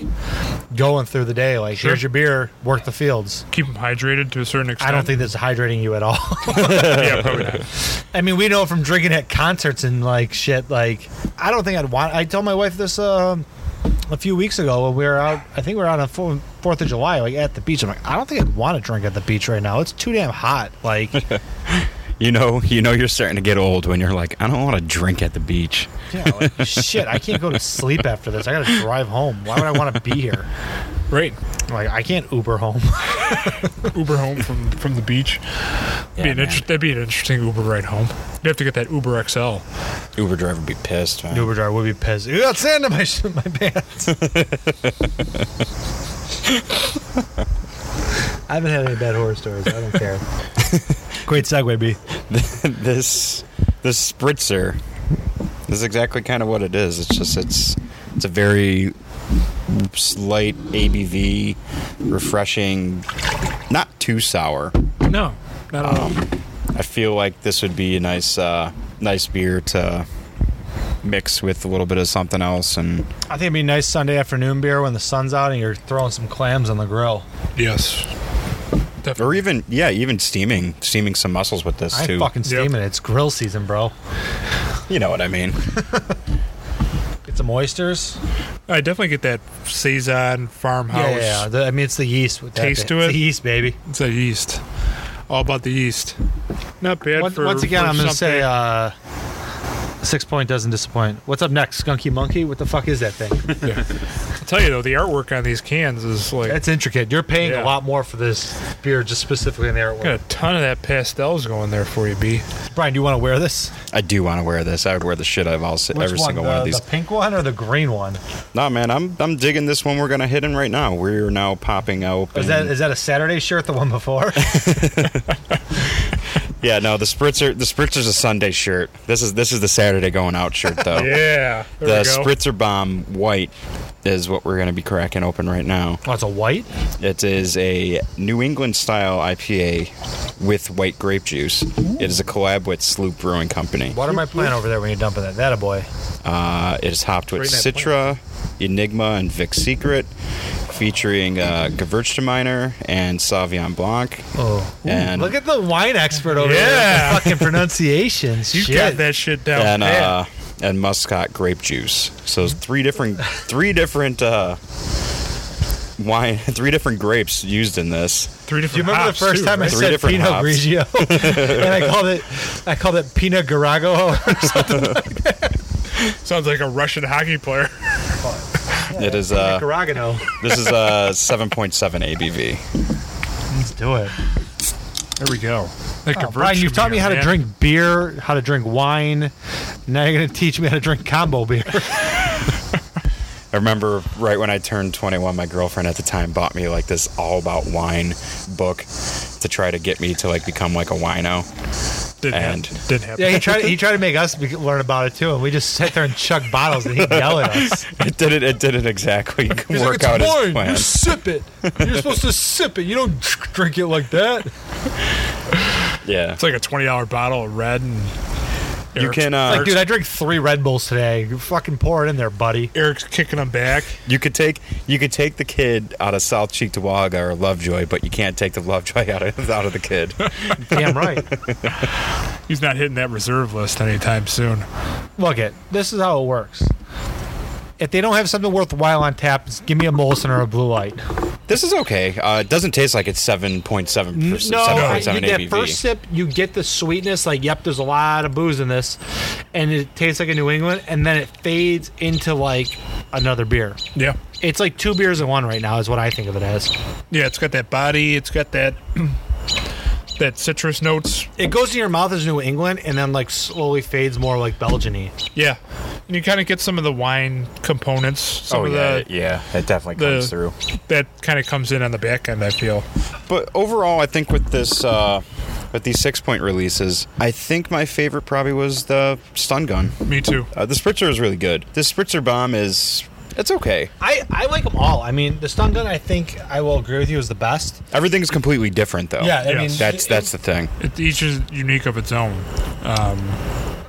Speaker 2: going through the day. Like,
Speaker 3: Sure.
Speaker 2: here's your beer, work the fields.
Speaker 3: Keep them hydrated to a certain extent.
Speaker 2: I don't think that's hydrating you at all.
Speaker 3: yeah, probably not.
Speaker 2: I mean, we know from drinking at concerts and like shit. Like, I don't think I'd want. I told my wife this um a few weeks ago when we were out. I think we were on a fo- Fourth of July, like at the beach. I'm like, I don't think I'd want to drink at the beach right now. It's too damn hot. Like,
Speaker 1: You know, you know, you're starting to get old when you're like, I don't want to drink at the beach.
Speaker 2: yeah, like, shit. I can't go to sleep after this. I gotta drive home. Why would I want to be here?
Speaker 3: Right.
Speaker 2: Like, I can't Uber home.
Speaker 3: Uber home from from the beach.
Speaker 1: Yeah,
Speaker 3: be an
Speaker 1: Oh, man.
Speaker 3: inter- that'd be an interesting Uber ride home. You'd have to get that Uber XL.
Speaker 1: Uber driver would be pissed, man.
Speaker 2: Uber driver would be pissed. You got sand in my sh- my pants. I haven't had any bad horror stories. I don't care. Great segue, B.
Speaker 1: this this spritzer is exactly kind of what it is. It's just it's it's a very slight ABV, refreshing, not too sour.
Speaker 3: No, not at all.
Speaker 1: I feel like this would be a nice uh, nice beer to mix with a little bit of something else and
Speaker 2: I think it'd be a nice Sunday afternoon beer when the sun's out and you're throwing some clams on the grill.
Speaker 3: Yes.
Speaker 1: or
Speaker 3: Definitely.
Speaker 1: even yeah even steaming steaming some mussels with this
Speaker 2: I
Speaker 1: too
Speaker 2: ain't fucking
Speaker 3: Yep.
Speaker 2: steaming it. It's grill season, bro.
Speaker 1: you know what i mean
Speaker 2: Get some oysters.
Speaker 3: I definitely get that saison farmhouse.
Speaker 2: Yeah, yeah, yeah. The- I mean, it's the yeast. With that
Speaker 3: Taste
Speaker 2: bit.
Speaker 3: to
Speaker 2: It's
Speaker 3: it?
Speaker 2: the yeast, baby.
Speaker 3: It's a yeast. All about the yeast. Not bad.
Speaker 2: Once,
Speaker 3: for,
Speaker 2: once again,
Speaker 3: for
Speaker 2: I'm going to say
Speaker 3: something-
Speaker 2: uh, six point doesn't disappoint. What's up next? Skunky Monkey? What the fuck is that thing?
Speaker 3: I'll tell you though, the artwork on these cans is like
Speaker 2: That's intricate. You're paying
Speaker 3: Yeah.
Speaker 2: a lot more for this beer just specifically in the artwork.
Speaker 3: got a ton of that pastels going there for you, B.
Speaker 2: Brian, do you want to wear this?
Speaker 1: i do want to wear this i would wear the shit out of all si- every single
Speaker 2: the,
Speaker 1: one of these
Speaker 2: The pink one or the green one?
Speaker 1: Nah, man, I'm I'm digging this one we're gonna hit in right now. We're now popping out.
Speaker 2: Is that is that a Saturday shirt? The one before?
Speaker 1: yeah, no, the spritzer the spritzer's a Sunday shirt. This is this is the Saturday going out shirt though.
Speaker 3: Yeah.
Speaker 1: the
Speaker 3: There we go.
Speaker 1: spritzer bomb white is what we're gonna be cracking open right now.
Speaker 2: oh, it's a white.
Speaker 1: It is a New England style IPA with white grape juice. It is a collab with Sloop Brewing Company.
Speaker 2: Water my plant over there when you're dumping that. That a boy.
Speaker 1: Uh, it is hopped with
Speaker 3: Bring that
Speaker 1: Citra, Enigma, and Vic Secret, featuring uh, Gewürztraminer and Sauvignon Blanc.
Speaker 2: Oh,
Speaker 1: And-
Speaker 2: look at the wine expert over there.
Speaker 3: Yeah.
Speaker 2: with the fucking pronunciations.
Speaker 3: you
Speaker 2: Shit.
Speaker 3: got that shit down.
Speaker 1: and
Speaker 3: pat.
Speaker 1: uh, and muscat grape juice. So it's three different three different uh, wine three different grapes used in this.
Speaker 3: Three different
Speaker 2: Do you remember the
Speaker 3: hops,
Speaker 2: first
Speaker 3: too,
Speaker 2: time I
Speaker 3: right?
Speaker 1: Three
Speaker 2: said
Speaker 1: different
Speaker 2: Pinot
Speaker 1: hops.
Speaker 2: Grigio, and I called it, I called it Pinot Garago.
Speaker 3: Sounds like a Russian hockey player.
Speaker 1: it is uh,
Speaker 2: Garagano.
Speaker 1: this is a seven point seven ABV.
Speaker 2: Let's do it.
Speaker 3: There we go. Like a
Speaker 2: Oh, Brian,
Speaker 3: virtue
Speaker 2: you've taught me
Speaker 3: meter,
Speaker 2: how to
Speaker 3: man.
Speaker 2: drink beer, how to drink wine. Now you're going to teach me how to drink combo beer.
Speaker 1: I remember right when I turned 21, my girlfriend at the time bought me like this all about wine book to try to get me to like become like a wino.
Speaker 3: Didn't
Speaker 1: and-
Speaker 3: happen. Didn't happen.
Speaker 2: yeah, he tried. He tried to make us be- learn about it too, and we just sat there and chugged bottles, and he'd yell at us.
Speaker 1: It didn't. It didn't exactly work out as planned.
Speaker 2: sip it. You're supposed to sip it. You don't drink it like that.
Speaker 1: Yeah,
Speaker 3: It's like a twenty dollar bottle of red and
Speaker 1: you can. Uh,
Speaker 2: Like, dude, I drank three Red Bulls today. You fucking pour it in there, buddy.
Speaker 3: Eric's kicking them back.
Speaker 1: You could take you could take the kid out of South Cheektowaga or Lovejoy, but you can't take the Lovejoy out of out of the kid.
Speaker 2: Damn right.
Speaker 3: He's not hitting that reserve list anytime soon.
Speaker 2: Look it. This is how it works. If they don't have something worthwhile on tap, just give me a Molson or a Blue Light.
Speaker 1: this is okay. Uh, it doesn't taste like it's seven point seven
Speaker 2: No,
Speaker 1: percent, seven
Speaker 2: I-
Speaker 1: point
Speaker 2: you-
Speaker 1: seven
Speaker 2: that
Speaker 1: ABV.
Speaker 2: first sip, you get the sweetness. Like, yep, there's a lot of booze in this, and it tastes like a New England, and then it fades into like another beer.
Speaker 3: Yeah.
Speaker 2: It's like two beers in one right now, is what I think of it as.
Speaker 3: Yeah, it's got that body, it's got that that citrus notes.
Speaker 2: It goes in your mouth as New England, and then like slowly fades more like Belgian-y.
Speaker 3: Yeah. And you kinda get some of the wine components. Some
Speaker 1: oh
Speaker 3: of
Speaker 1: yeah,
Speaker 3: the
Speaker 1: yeah, it definitely
Speaker 3: the-
Speaker 1: comes through.
Speaker 3: that kinda comes in on the back end, I feel.
Speaker 1: But overall, I think with this uh, with these six point releases, I think my favorite probably was the stun gun.
Speaker 3: Me too.
Speaker 1: Uh, the spritzer is really good. The spritzer bomb is it's okay.
Speaker 2: I I like them all. I mean, the stun gun, I think I will agree with you, is the best.
Speaker 1: Everything's completely different though.
Speaker 2: Yeah, I
Speaker 3: Yes.
Speaker 2: mean
Speaker 1: that's that's the thing.
Speaker 3: It, each is unique of its own. Um,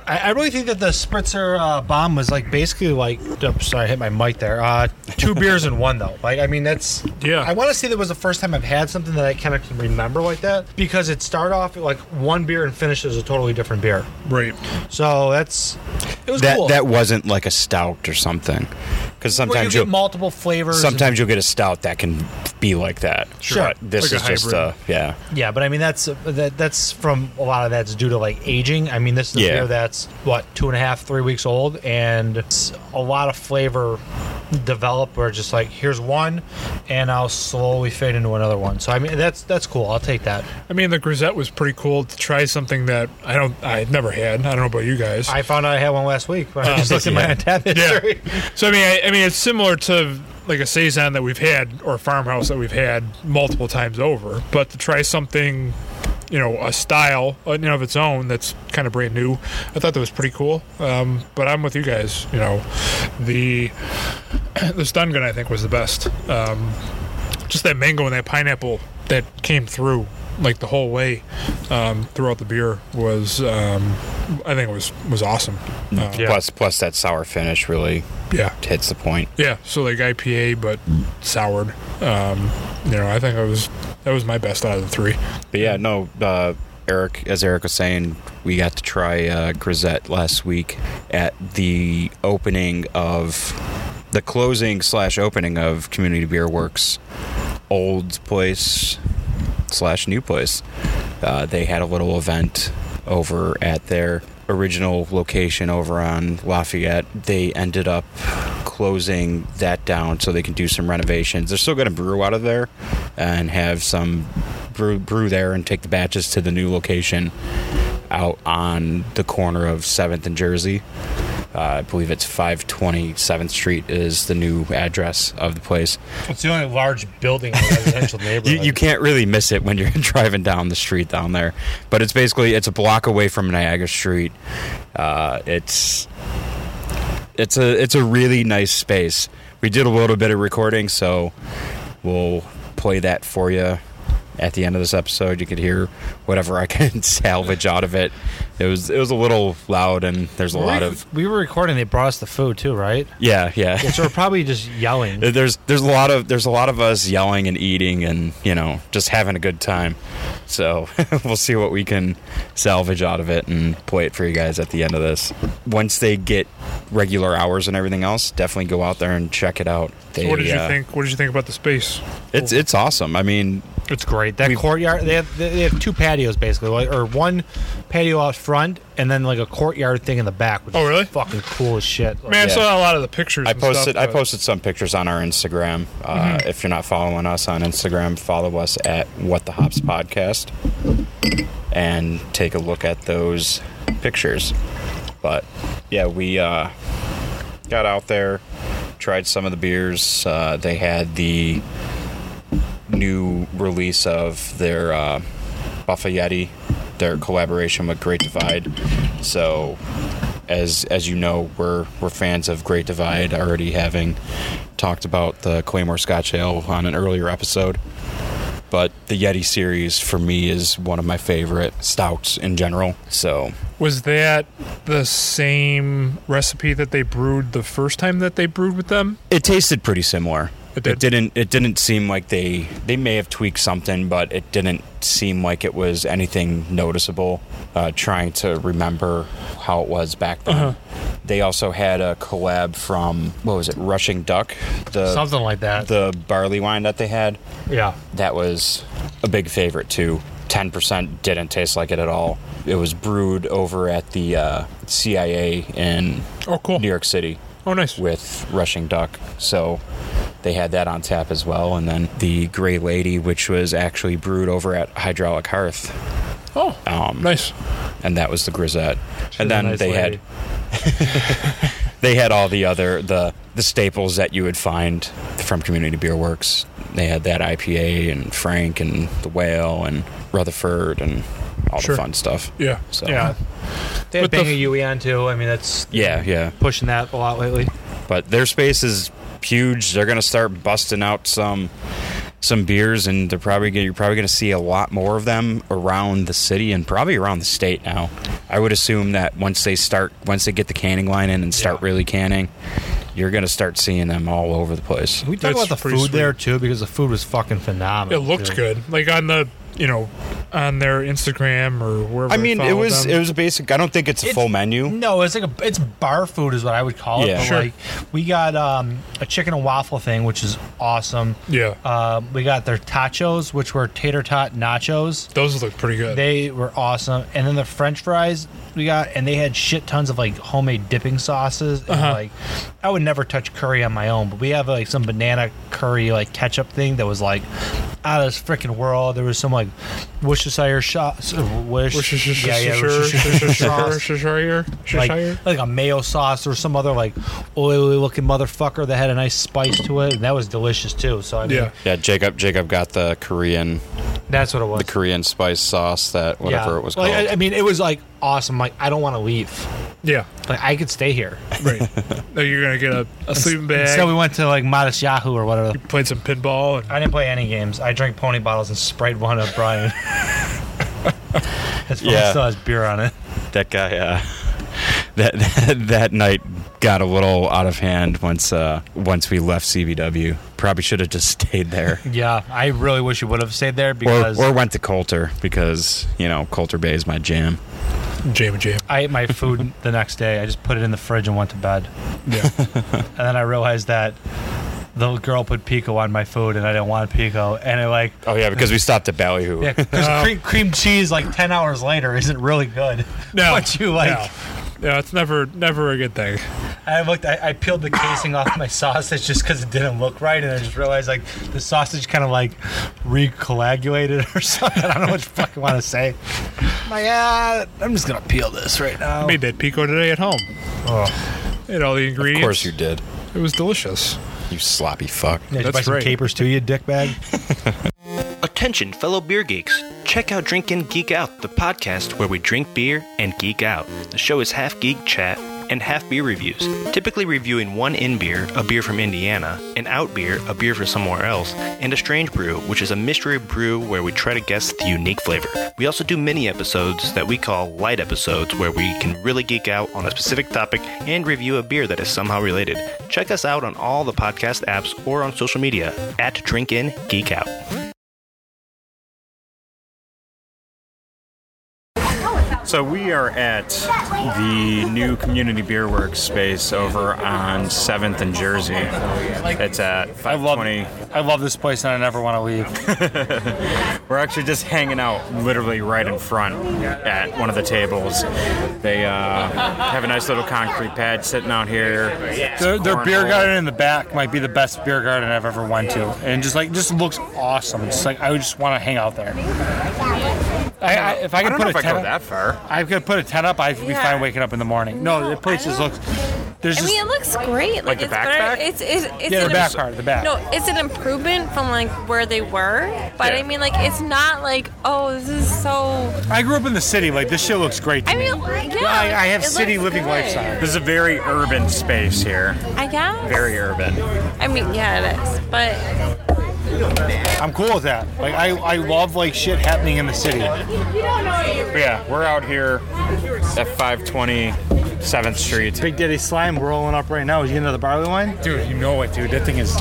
Speaker 2: I, I really think that the spritzer uh, bomb was like basically like. oh, sorry, I hit my mic there. Uh, two beers in one though. Like I mean, that's
Speaker 3: Yeah.
Speaker 2: I want to say that was the first time I've had something that I kind of can remember like that because it started off like one beer and finishes a totally different beer.
Speaker 3: Right.
Speaker 2: So that's it was
Speaker 1: That
Speaker 2: cool.
Speaker 1: that wasn't like a stout or something, because
Speaker 2: Where you
Speaker 1: sometimes
Speaker 2: get
Speaker 1: you will
Speaker 2: multiple flavors. and-
Speaker 1: sometimes you'll get a stout that can be like that.
Speaker 2: Sure.
Speaker 1: But this
Speaker 3: Like a
Speaker 1: is just
Speaker 3: hybrid.
Speaker 1: uh, yeah.
Speaker 2: yeah, but I mean that's that, that's from a lot of that's due to like aging. I mean, this is a
Speaker 1: Yeah.
Speaker 2: beer that's what two and a half, three weeks old, and it's a lot of flavor develop where just like here's one, and I'll slowly fade into another one. So I mean that's that's cool. I'll take that.
Speaker 3: I mean, the grisette was pretty cool to try something that I don't, I had never had. I don't know about you guys.
Speaker 2: I found out I had one last week
Speaker 1: Oh,
Speaker 2: when I just looked at my tap history.
Speaker 3: So I mean, I, I mean, it's similar to like a saison that we've had or a farmhouse that we've had multiple times over. But to try something, you know, a style uh, you know, of its own that's kind of brand new, I thought that was pretty cool. Um, but I'm with you guys. You know, the the stun gun I think was the best. Um, just that mango and that pineapple that came through like the whole way um, throughout the beer was um, I think it was was awesome.
Speaker 2: Mm.
Speaker 3: Uh,
Speaker 1: Plus plus that sour finish really
Speaker 3: yeah.
Speaker 1: hits the point.
Speaker 3: Yeah, so like IPA but soured. Um, you know, I think I was that was my best out of the three.
Speaker 1: But
Speaker 2: Mm.
Speaker 1: yeah, no, uh, Eric, as Eric was saying, we got to try uh, Grisette last week at the opening of the closing slash opening of Community Beer Works old place slash new place. Uh, they had a little event over at their original location over on Lafayette. They ended up closing that down so they can do some renovations. They're still going to brew out of there and have some brew, brew there and take the batches to the new location out on the corner of 7th and Jersey. Uh, I believe it's 527th Street is the new address of the place.
Speaker 2: It's the only large building in a residential neighborhood.
Speaker 1: You, you can't really miss it when you're driving down the street down there, but it's basically it's a block away from Niagara Street. Uh, it's it's a it's a really nice space. We did a little bit of recording, so we'll play that for you at the end of this episode. You could hear whatever I can salvage out of it. It was it was a little loud, and there's a lot of
Speaker 2: we were recording. They brought us the food too, right?
Speaker 1: yeah yeah.
Speaker 2: Yeah, so we're probably just yelling.
Speaker 1: there's there's a lot of there's a lot of us yelling and eating and you know just having a good time so we'll see what we can salvage out of it and play it for you guys at the end of this once they get regular hours and everything else definitely go out there and check it out they,
Speaker 3: So what did
Speaker 1: uh,
Speaker 3: you think? What did you think about the space?
Speaker 1: it's it's awesome i mean
Speaker 2: It's great. That
Speaker 1: We've-
Speaker 2: courtyard. They have they have two patios basically, like, or one patio out front, and then like a courtyard thing in the back. Which
Speaker 3: Oh, really?
Speaker 2: Is fucking cool as shit. Like,
Speaker 3: Man, I
Speaker 1: Yeah.
Speaker 3: saw a lot of the pictures.
Speaker 1: I
Speaker 3: and stuff,
Speaker 1: posted I
Speaker 3: but- Mm-hmm.
Speaker 1: posted some pictures on our Instagram. Uh, If you're not following us on Instagram, follow us at What the Hops Podcast and take a look at those pictures. But yeah, we uh, got out there, tried some of the beers. Uh, they had the new release of their uh, Buffa Yeti, their collaboration with Great Divide. So as as you know, we're we're fans of Great Divide. Already having talked about the Claymore Scotch Ale on an earlier episode, but the Yeti series for me is one of my favorite stouts in general. So
Speaker 3: Was that the same recipe that they brewed the first time that they brewed with them?
Speaker 1: it tasted pretty similar.
Speaker 3: It did?
Speaker 1: not It didn't seem like they they may have tweaked something, but it didn't seem like it was anything noticeable. Uh, trying to remember how it was back then.
Speaker 3: Uh-huh.
Speaker 1: They also had a collab from what was it, Rushing Duck, the
Speaker 2: something like that.
Speaker 1: the barley wine that they had
Speaker 2: yeah.
Speaker 1: that was a big favorite too 10% didn't taste like it at all it was brewed over at the uh, cia in
Speaker 3: Oh, cool.
Speaker 1: new york city
Speaker 3: Oh, nice.
Speaker 1: with rushing duck so they had that on tap as well and then the gray lady which was actually brewed over at hydraulic hearth
Speaker 3: Oh,
Speaker 1: um,
Speaker 3: nice.
Speaker 1: and that was the grisette and
Speaker 2: a
Speaker 1: then
Speaker 2: nice
Speaker 1: they
Speaker 2: lady.
Speaker 1: had they had all the other the the staples that you would find from Community Beer Works. They had that IPA and Frank and the Whale and Rutherford and all
Speaker 3: Sure.
Speaker 1: the fun stuff.
Speaker 3: Yeah.
Speaker 1: So-
Speaker 3: Yeah.
Speaker 2: They had
Speaker 3: But the
Speaker 2: Bang Yui on too. I mean, that's
Speaker 1: Yeah, yeah.
Speaker 2: pushing that a lot lately.
Speaker 1: But their space is huge. They're gonna start busting out some some beers, and they're probably gonna, you're probably gonna see a lot more of them around the city and probably around the state now. I would assume that once they start, once they get the canning line in and start
Speaker 2: Yeah.
Speaker 1: really canning, you're gonna start seeing them all over the place.
Speaker 2: Can we talk
Speaker 3: That's
Speaker 2: about the
Speaker 3: pretty
Speaker 2: food
Speaker 3: sweet.
Speaker 2: there too? Because the food was fucking
Speaker 3: It
Speaker 2: phenomenal.
Speaker 3: looked
Speaker 2: too.
Speaker 3: good. Like on the, you know, on their Instagram or wherever.
Speaker 1: I mean, it
Speaker 3: followed
Speaker 1: was
Speaker 3: them.
Speaker 1: it was a basic. I don't think it's a
Speaker 2: It's- Mm.
Speaker 1: full menu.
Speaker 2: No, it's like a it's bar food is what I would
Speaker 1: Yeah.
Speaker 2: call it. But
Speaker 1: Sure.
Speaker 2: like we got um, a chicken and waffle thing, which is awesome.
Speaker 3: Yeah.
Speaker 2: Um, we got their tachos, which were tater tot nachos.
Speaker 3: Those look pretty good.
Speaker 2: They were awesome. And then the French fries we got, and they had shit tons of like homemade dipping sauces. And,
Speaker 3: Uh-huh.
Speaker 2: Like, I would never touch curry on my own, but we have like some banana curry like ketchup thing that was like out of this freaking world. There was some like Worcestershire sauce, Wish,
Speaker 3: Worcestershire-
Speaker 2: yeah, yeah, Worcestershire sauce.
Speaker 3: Worcestershire- Worcestershire.
Speaker 2: Like, like a mayo sauce or some other like oily looking motherfucker that had a nice spice to it, and that was delicious too. So I mean,
Speaker 3: Yeah.
Speaker 1: Yeah, Jacob. Jacob got the Korean
Speaker 2: that's what it was.
Speaker 1: the Korean spice sauce that whatever it was called.
Speaker 2: Like, I, I mean, it was like awesome. Like I don't want to leave.
Speaker 3: Yeah.
Speaker 2: Like I could stay here.
Speaker 3: Right. now you're gonna get a, a sleeping bag.
Speaker 2: So we went to like Modest Yahoo or whatever.
Speaker 3: played some pinball and
Speaker 2: I didn't play any games. I drank pony bottles and sprayed one up Brian. That's
Speaker 1: Yeah.
Speaker 2: yeah. still has beer on it.
Speaker 1: that guy uh, that, that that night got a little out of hand once uh, once we left CBW. Probably should have just stayed there.
Speaker 2: Yeah, I really wish you would have stayed there
Speaker 1: Or,
Speaker 2: because
Speaker 1: or went to Coulter because you know Coulter Bay is my jam.
Speaker 3: jam and jam.
Speaker 2: I ate my food the next day. I just put it in the fridge and went to bed.
Speaker 3: Yeah.
Speaker 2: And then I realized that the girl put pico on my food and I didn't want pico. And it like
Speaker 1: Oh yeah, because we stopped at Ballyhoo.
Speaker 2: Yeah, because cream, cream cheese like ten hours later isn't really good.
Speaker 3: No.
Speaker 2: But you like,
Speaker 3: No. Yeah, it's never never a good thing.
Speaker 2: I looked, I, I peeled the casing off my sausage just because it didn't look right, and I just realized like the sausage kind of like recoagulated or something. I don't know what you fucking want to say. I'm like, yeah, I'm just gonna peel this right now.
Speaker 3: I made that pico today at home.
Speaker 2: Oh.
Speaker 3: Had all the
Speaker 1: Of
Speaker 3: ingredients.
Speaker 1: course you did.
Speaker 3: It was delicious.
Speaker 1: You sloppy fuck.
Speaker 2: Yeah, did you
Speaker 3: That's
Speaker 2: buy some
Speaker 3: right.
Speaker 2: capers too, you dickbag.
Speaker 5: Attention, fellow beer geeks. Check out Drink and Geek Out, the podcast where we drink beer and geek out. The show is half geek chat and half beer reviews, typically reviewing one in beer, a beer from Indiana, an out beer, a beer from somewhere else, and a strange brew, which is a mystery brew where we try to guess the unique flavor. We also do mini episodes that we call light episodes where we can really geek out on a specific topic and review a beer that is somehow related. Check us out on all the podcast apps or on social media at Drink In Geek Out.
Speaker 6: So we are at the new Community Beer Works space over on Seventh and Jersey. It's at
Speaker 7: I love
Speaker 6: 520.
Speaker 7: I love this place and I never want to leave.
Speaker 6: We're actually just hanging out, literally right in front at one of the tables. They uh, have a nice little concrete pad sitting out here.
Speaker 7: Their, their beer
Speaker 6: Cornhole.
Speaker 7: garden in the back might be the best beer garden I've ever went to, and just like just looks awesome. It's just like I would just want to hang out there. I, I, if I
Speaker 6: I
Speaker 7: could
Speaker 6: don't know
Speaker 7: put
Speaker 6: if
Speaker 7: a
Speaker 6: I
Speaker 7: tent,
Speaker 6: go
Speaker 7: up,
Speaker 6: that far.
Speaker 7: I could put a tent up. I'd be
Speaker 8: Yeah.
Speaker 7: fine waking up in the morning. No, the place
Speaker 8: I
Speaker 7: just
Speaker 8: don't-
Speaker 7: looks. There's
Speaker 8: I
Speaker 7: just
Speaker 8: mean, it looks great.
Speaker 6: Like the
Speaker 8: it's
Speaker 6: backpack?
Speaker 8: better. It's, it's, it's
Speaker 7: yeah,
Speaker 8: an
Speaker 7: the back
Speaker 8: im-
Speaker 7: part, the back.
Speaker 8: No, it's an improvement from like where they were, but
Speaker 6: Yeah.
Speaker 8: I mean, like it's not like oh, this is so.
Speaker 7: I grew up in the city. Like this shit looks great. To
Speaker 8: I
Speaker 7: me.
Speaker 8: mean, yeah.
Speaker 7: I, I have
Speaker 8: it
Speaker 7: city
Speaker 8: looks
Speaker 7: living
Speaker 8: good.
Speaker 7: lifestyle.
Speaker 6: This is a very urban space here.
Speaker 8: I guess.
Speaker 6: Very urban.
Speaker 8: I mean, yeah, it is. But
Speaker 7: I'm cool with that. Like I, I love like shit happening in the city.
Speaker 6: But yeah, we're out here at 520 7th Street.
Speaker 7: Big Daddy Slime rolling up right now. Is he into the barley wine?
Speaker 6: Dude, you know it, dude. That thing is.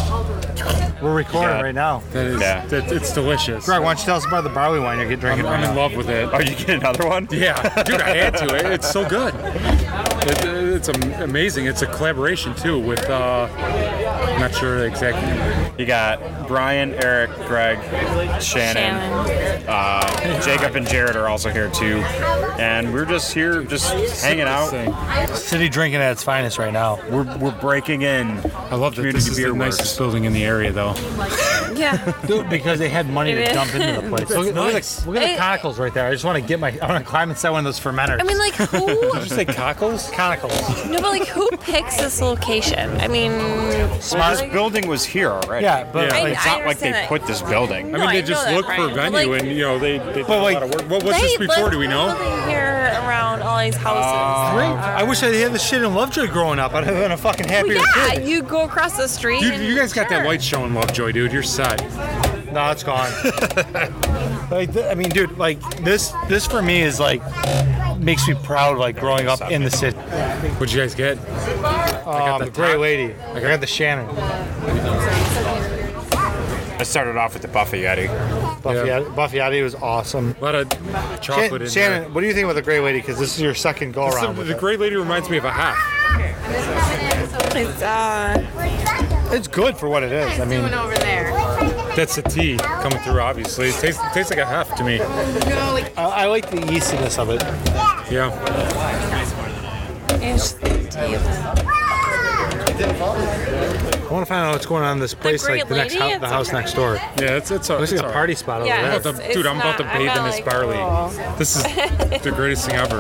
Speaker 7: We're recording
Speaker 6: Yeah.
Speaker 7: right now.
Speaker 9: That is,
Speaker 6: Yeah.
Speaker 9: that, it's delicious.
Speaker 7: Greg, why don't you tell us about the barley wine you're getting drinking?
Speaker 9: I'm, I'm in love with it.
Speaker 6: Oh, you get another one?
Speaker 9: Yeah, dude, I had to. It- It's so good. It, it's am- amazing. It's a collaboration too with. Uh, I'm not sure exactly.
Speaker 6: You got Brian, Eric, Greg, Shannon,
Speaker 8: Shannon.
Speaker 6: uh, Jacob, and Jared are also here too. And we're just here, just hanging out.
Speaker 7: City drinking at its finest right now.
Speaker 6: We're, we're breaking in.
Speaker 9: I love that. This
Speaker 6: Community
Speaker 9: is
Speaker 6: Beer
Speaker 9: the
Speaker 6: Works.
Speaker 9: nicest building in the area, though.
Speaker 8: yeah,
Speaker 7: Dude, because they had money
Speaker 8: It
Speaker 7: to
Speaker 8: is.
Speaker 7: dump into the place. Look, at- look at the, look at the
Speaker 8: It-
Speaker 7: conicals right there. I just want to get my. I want to climb inside one of those fermenters.
Speaker 8: I mean, like who?
Speaker 7: you say conicals? Conicals.
Speaker 8: no, but like who picks this location? I mean,
Speaker 6: This
Speaker 8: like-
Speaker 6: building was here already.
Speaker 7: Yeah, but
Speaker 9: Yeah.
Speaker 8: I-
Speaker 7: like,
Speaker 6: It's not
Speaker 8: I
Speaker 6: like they
Speaker 8: understand that.
Speaker 6: put this building.
Speaker 9: I
Speaker 8: No,
Speaker 9: mean,
Speaker 8: I
Speaker 9: they
Speaker 8: know
Speaker 9: just
Speaker 8: that,
Speaker 9: look for a
Speaker 8: Brian, but,
Speaker 9: venue,
Speaker 8: like,
Speaker 9: and you know they. they did
Speaker 7: But,
Speaker 9: a
Speaker 7: like,
Speaker 9: lot of work. What was this
Speaker 8: they
Speaker 9: before?
Speaker 8: live
Speaker 9: Do we know? Uh,
Speaker 8: building here around all these houses.
Speaker 7: great. Um, I wish I had this shit in Lovejoy growing up. I'd have been a fucking happier
Speaker 8: yeah,
Speaker 7: kid.
Speaker 8: you go across the street.
Speaker 9: Dude,
Speaker 8: and-
Speaker 9: you guys got that
Speaker 8: sure.
Speaker 9: light show in Lovejoy, dude. You're set.
Speaker 7: No, it's gone. Like, th- I mean, dude, like this, this for me is like makes me proud. Like growing up in the city.
Speaker 9: What'd you guys get?
Speaker 7: Um, the Great Lady. Like I got the Shannon.
Speaker 6: I started off with the Buffy Yeti.
Speaker 7: Buffy, Buffyati was awesome.
Speaker 9: A lot of
Speaker 7: Shan-
Speaker 9: chocolate in
Speaker 7: Shannon,
Speaker 9: there.
Speaker 7: what do you think about the Great Lady? Because this is your second go
Speaker 9: This-
Speaker 7: around.
Speaker 9: The,
Speaker 7: with
Speaker 9: the
Speaker 7: it.
Speaker 9: Great Lady reminds me of a half.
Speaker 8: It's uh,
Speaker 7: It's good for what it is. I mean,
Speaker 8: over there.
Speaker 9: That's a tea coming through, obviously. It tastes, tastes like a half to me.
Speaker 7: I, I like the yeastiness of it.
Speaker 9: Yeah.
Speaker 8: It's the
Speaker 2: I want to find out what's going on in this place,
Speaker 8: Great
Speaker 2: like the next
Speaker 8: Lady?
Speaker 2: hou- the
Speaker 8: It's
Speaker 2: house
Speaker 8: okay.
Speaker 2: next door.
Speaker 9: Yeah, it's, it's, a,
Speaker 2: Looks
Speaker 9: it's
Speaker 2: like a
Speaker 9: all
Speaker 2: party
Speaker 9: right.
Speaker 2: spot
Speaker 8: Yeah,
Speaker 2: over
Speaker 9: Oh,
Speaker 2: there.
Speaker 9: the,
Speaker 8: It's-
Speaker 9: dude, I'm
Speaker 8: it's
Speaker 9: about to
Speaker 8: not- I'm
Speaker 9: bathe in
Speaker 8: not
Speaker 9: this
Speaker 8: like,
Speaker 9: barley.
Speaker 8: oh.
Speaker 9: This is the greatest thing ever.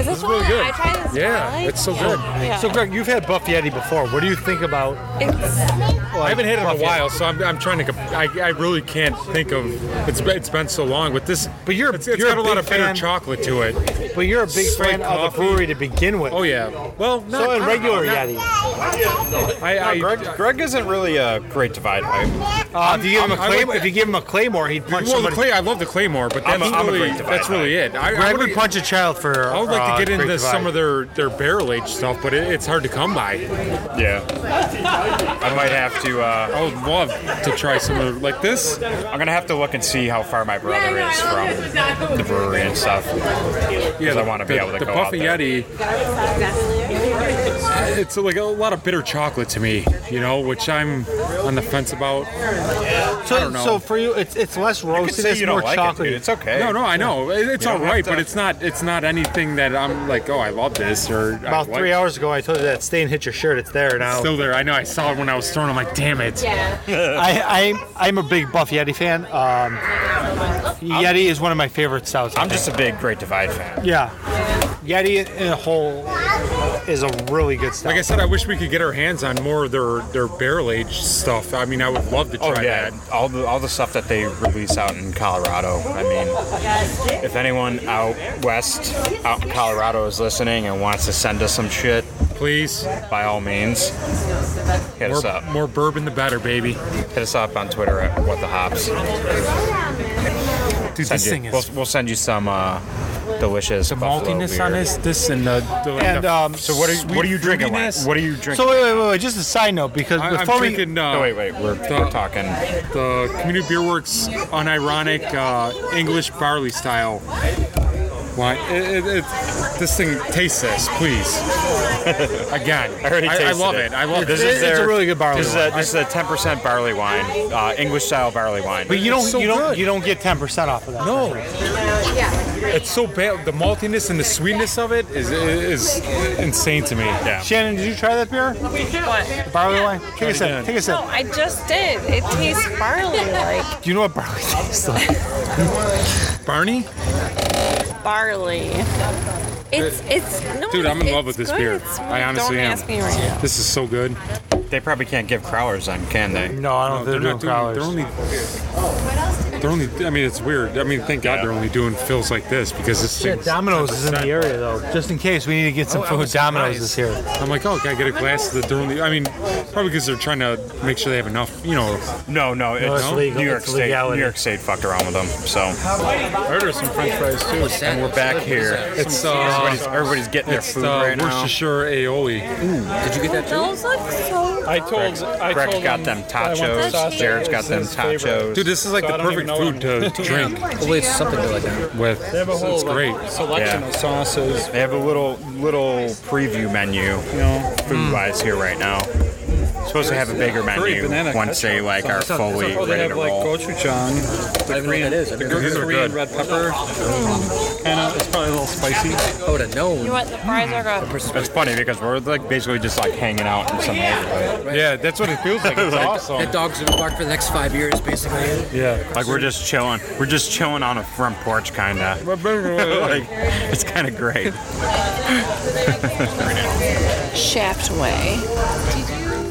Speaker 8: Is
Speaker 9: This is really
Speaker 8: one?
Speaker 9: good.
Speaker 8: I tried this
Speaker 9: Yeah,
Speaker 8: one.
Speaker 9: it's so
Speaker 8: Yeah.
Speaker 9: good.
Speaker 8: Yeah.
Speaker 2: So, Greg, you've had Buff Yeti before. What do you think about?
Speaker 8: it's,
Speaker 9: I haven't had it in a
Speaker 2: Buffy.
Speaker 9: while, so I'm, I'm trying to. Comp- I, I really can't think of. It's been- it's been so long, but this.
Speaker 2: But you're-
Speaker 9: it's, it's
Speaker 2: you're
Speaker 9: got
Speaker 2: a
Speaker 9: a lot
Speaker 2: big
Speaker 9: of bitter
Speaker 2: fan.
Speaker 9: chocolate to it.
Speaker 2: But you're a big
Speaker 9: Straight
Speaker 2: fan of
Speaker 9: coffee.
Speaker 2: the brewery to begin with.
Speaker 9: Oh yeah. Well, not,
Speaker 2: So, in
Speaker 9: not-
Speaker 2: regular
Speaker 9: not-
Speaker 2: Yeti,
Speaker 9: I, I,
Speaker 6: Greg, Greg isn't really a great divide. I,
Speaker 2: uh, if you give him a
Speaker 9: I
Speaker 2: claymore,
Speaker 9: like-
Speaker 2: if you give him a claymore, he'd punch
Speaker 9: well, the
Speaker 2: somebody.
Speaker 9: clay. I love the claymore, but that's
Speaker 6: I'm a- I'm a
Speaker 9: really
Speaker 6: great divide
Speaker 9: that's really it. I, I
Speaker 2: Greg
Speaker 9: would
Speaker 2: would punch a child for. uh,
Speaker 9: I would like to get into some
Speaker 2: summer.
Speaker 9: of their, their barrel aged stuff, but it, it's hard to come by.
Speaker 6: yeah. I might have to. Uh,
Speaker 9: I would love to try some of like this.
Speaker 6: I'm gonna have to look and see how far my brother is from the brewery and stuff.
Speaker 9: Yeah,
Speaker 6: I wanna be
Speaker 9: the-
Speaker 6: able to
Speaker 9: the
Speaker 6: go out
Speaker 9: Buffy
Speaker 6: there.
Speaker 9: Yeti. It's like a lot of bitter chocolate to me, you know, which I'm on the fence about.
Speaker 2: So,
Speaker 9: don't know.
Speaker 2: so for you, it's it's less
Speaker 6: You
Speaker 2: roasted,
Speaker 6: can say
Speaker 2: it's
Speaker 6: you
Speaker 2: more
Speaker 6: don't like it,
Speaker 2: chocolate.
Speaker 6: dude. It's okay.
Speaker 9: No, no, I know It- it's
Speaker 6: You
Speaker 9: all
Speaker 6: don't
Speaker 9: right,
Speaker 6: have
Speaker 9: but
Speaker 6: to-
Speaker 9: it's not it's not anything that I'm like, oh, I love this or I
Speaker 2: About
Speaker 9: like-
Speaker 2: three hours ago, I told you that stain hit your shirt. It's there
Speaker 9: It's
Speaker 2: now.
Speaker 9: Still there. I know. I saw it when I was thrown. I'm like, damn it.
Speaker 2: I, I I'm a big Buff Yeti fan. Um, Yeti is one of my favorite styles.
Speaker 6: I'm just a big Great Divide fan.
Speaker 2: yeah. Yeti in a whole is a really good style.
Speaker 9: Like I said, I wish we could get our hands on more of their their barrel aged stuff. I mean, I would love to try
Speaker 6: Oh yeah,
Speaker 9: that.
Speaker 6: all the all the stuff that they release out in Colorado. I mean, if anyone out west, out in Colorado, is listening and wants to send us some shit,
Speaker 9: Please,
Speaker 6: by all means, hit us
Speaker 9: more,
Speaker 6: up.
Speaker 9: more bourbon the better, baby.
Speaker 6: Hit us up on Twitter at What the Hops.
Speaker 9: Dude,
Speaker 6: Send you- we'll, we'll send you some uh, delicious buffalo
Speaker 9: maltiness on
Speaker 6: beer.
Speaker 9: this, this, and the. the like
Speaker 2: and
Speaker 9: the-
Speaker 2: um,
Speaker 6: So what are you, what are you drinking? Wayne?
Speaker 9: fruitiness.
Speaker 6: What are you drinking?
Speaker 2: so wait, wait, wait, wait, just a side note because
Speaker 9: I,
Speaker 2: before
Speaker 9: am
Speaker 2: we
Speaker 9: drinking. Uh,
Speaker 6: No, wait, wait. We're, we're talking.
Speaker 9: The Community Beer Works unironic uh, English barley style. Wine. It, it, it, this thing tastes this, please. Again,
Speaker 6: I already tasted
Speaker 9: I, love it. I love
Speaker 6: this.
Speaker 9: it.
Speaker 6: Is
Speaker 2: It's a
Speaker 6: their-
Speaker 2: really good barley
Speaker 6: This is a, this is a 10% barley wine, uh, English style barley wine.
Speaker 2: but you don't
Speaker 9: It's so
Speaker 2: you don't
Speaker 9: good.
Speaker 2: you don't get ten percent off of that.
Speaker 9: No. It's so bad. The maltiness and the sweetness of it is is insane to me. Yeah.
Speaker 2: Shannon, did you try that beer?
Speaker 8: what?
Speaker 2: Barley wine? Take a sip.
Speaker 9: did.
Speaker 2: Take a sip.
Speaker 8: No, I just did. It tastes barley like
Speaker 2: Do you know what barley tastes like?
Speaker 9: Barney?
Speaker 8: barley. It's it's no.
Speaker 9: Dude, I'm in
Speaker 8: it's
Speaker 9: love with this
Speaker 8: good.
Speaker 9: beer.
Speaker 8: It's-
Speaker 9: I honestly
Speaker 8: don't
Speaker 9: am.
Speaker 8: ask me right.
Speaker 9: This is so good.
Speaker 6: They probably can't give crowlers then, can they?
Speaker 2: No, I don't.
Speaker 9: they're,
Speaker 2: think they're,
Speaker 9: not
Speaker 2: doing
Speaker 9: doing.
Speaker 2: growlers.
Speaker 9: They're only. They're only. I mean, it's weird. I mean, thank God they're only doing fills like this because this
Speaker 2: Shit,
Speaker 9: thing.
Speaker 2: Domino's is in the area though. Just in case we need to get some
Speaker 9: I
Speaker 2: food,
Speaker 9: was
Speaker 2: Domino's is
Speaker 9: surprised.
Speaker 2: here.
Speaker 9: I'm like, oh, can I get a glass? That they're only. I mean, probably because they're trying to make sure they have enough. You know,
Speaker 6: No, no. It's,
Speaker 2: it's legal.
Speaker 6: New York
Speaker 2: It's
Speaker 6: State.
Speaker 2: legality.
Speaker 6: New York State fucked around with them. So
Speaker 9: I ordered some French fries too.
Speaker 6: and we're back here.
Speaker 9: It's uh,
Speaker 6: Everybody's, everybody's getting their
Speaker 9: it's
Speaker 6: food
Speaker 10: uh,
Speaker 9: the
Speaker 6: right now.
Speaker 9: Worcestershire aioli.
Speaker 8: Those look so.
Speaker 10: I told. I
Speaker 6: Greg
Speaker 10: told
Speaker 6: got
Speaker 10: him
Speaker 6: them
Speaker 10: that I want the
Speaker 6: tacos.
Speaker 10: sausage.
Speaker 6: Jared's got
Speaker 10: It's
Speaker 6: them
Speaker 10: his favorite.
Speaker 6: tacos.
Speaker 9: Dude, this is like
Speaker 10: So
Speaker 9: the
Speaker 10: I don't
Speaker 9: perfect
Speaker 10: even
Speaker 9: food
Speaker 10: know
Speaker 9: to drink
Speaker 10: Well, it's something like that.
Speaker 9: with.
Speaker 10: They have a whole
Speaker 9: It's
Speaker 10: like,
Speaker 9: great.
Speaker 10: selection
Speaker 6: Yeah.
Speaker 10: of sauces.
Speaker 6: They have a little little preview menu, food wise here right now. Supposed to have a bigger
Speaker 10: Great
Speaker 6: menu
Speaker 10: banana
Speaker 6: once they like are fully
Speaker 10: oh, they
Speaker 6: ready to
Speaker 10: have like
Speaker 6: roll.
Speaker 10: gochujang. I don't know what that is. The
Speaker 9: These are good.
Speaker 10: Korean red pepper. Kind of. It's probably a little spicy. I would have
Speaker 8: You
Speaker 10: known.
Speaker 8: want the fries are good.
Speaker 6: It's funny because we're like basically just like hanging out in some neighborhood.
Speaker 9: Yeah, that's what it feels like. It's awesome.
Speaker 10: That dog's gonna bark for the next five years, basically.
Speaker 9: Yeah.
Speaker 6: Like we're just chilling. We're just chilling on a front porch kinda. like it's kinda great.
Speaker 8: Shaft way.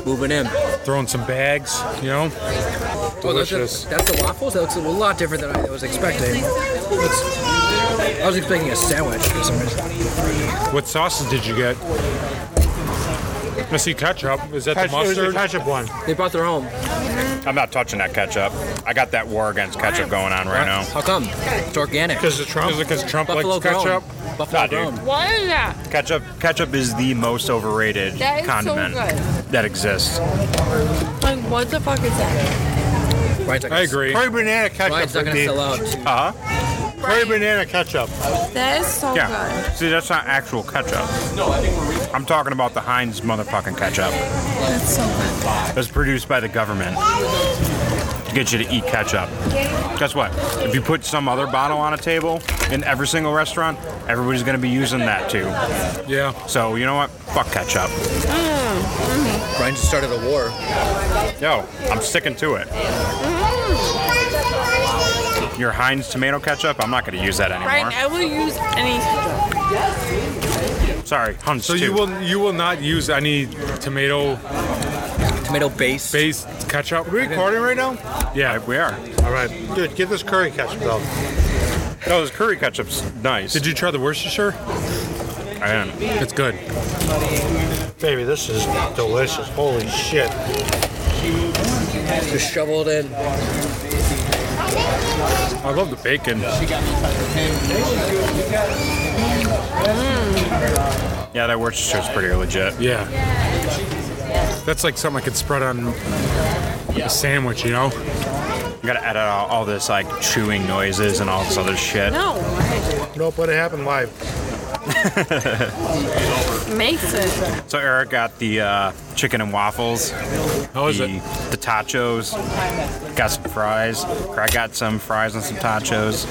Speaker 10: Moving in.
Speaker 9: Throwing some bags, you know? Delicious.
Speaker 10: Oh, that's, a, that's the waffles? That looks a lot different than I was expecting. It's- I was expecting a sandwich for some reason.
Speaker 9: What sauces did you get? I see ketchup. Is that
Speaker 2: Ketchup,
Speaker 9: the
Speaker 2: it was the
Speaker 9: mustard?
Speaker 2: ketchup one.
Speaker 10: They brought their own.
Speaker 6: I'm not touching that ketchup. I got that war against ketchup going on right now.
Speaker 10: How come? It's organic.
Speaker 6: Because of Trump. Because Trump
Speaker 10: Buffalo
Speaker 6: likes
Speaker 10: grown.
Speaker 6: ketchup.
Speaker 10: Buffalo
Speaker 6: Nah, dude.
Speaker 10: grown.
Speaker 8: What is that?
Speaker 6: Ketchup. Ketchup is the most overrated
Speaker 8: That is so
Speaker 6: condiment
Speaker 8: good.
Speaker 6: that exists.
Speaker 8: Like, what the fuck is that?
Speaker 9: I agree. Prairie banana ketchup.
Speaker 10: Ryan's not gonna
Speaker 9: would be-
Speaker 10: sell out.
Speaker 6: Uh-huh.
Speaker 9: Prairie banana ketchup.
Speaker 8: That is so
Speaker 6: Yeah. See, that's not actual ketchup. No, I think we're. I'm talking about the Heinz motherfucking ketchup.
Speaker 8: good. That's so good.
Speaker 6: That's produced by the government to get you to eat ketchup. Guess what? If you put some other bottle on a table in every single restaurant, everybody's gonna be using that too.
Speaker 9: Yeah.
Speaker 6: So you know what? Fuck ketchup.
Speaker 10: Ryan just started a war.
Speaker 6: Yo, I'm sticking to it. Your Heinz tomato ketchup, I'm not gonna use that
Speaker 8: Brian,
Speaker 6: anymore.
Speaker 8: I will use any ketchup.
Speaker 6: Sorry, Hunts
Speaker 9: So
Speaker 6: too.
Speaker 9: you will you will not use any tomato
Speaker 10: Tomato base.
Speaker 9: based ketchup?
Speaker 2: we recording right now?
Speaker 9: Yeah.
Speaker 6: we are.
Speaker 2: All right, dude, get this curry ketchup though.
Speaker 6: No, this curry ketchup's nice.
Speaker 9: Did you try the Worcestershire?
Speaker 6: I am.
Speaker 9: It's good.
Speaker 2: Baby, this is delicious. Holy shit!
Speaker 10: Just shoveled in.
Speaker 6: I love the bacon. Yeah, that Worcestershire's pretty legit.
Speaker 9: Yeah. That's like something I could spread on a sandwich, you know?
Speaker 6: You gotta edit out all this like chewing noises and all this other shit.
Speaker 8: No,
Speaker 2: Nope, let it happen live.
Speaker 8: it makes it.
Speaker 6: So Eric got the uh, chicken and waffles.
Speaker 9: How is
Speaker 6: the,
Speaker 9: it?
Speaker 6: The tachos. Got some fries. I got some fries and some tachos.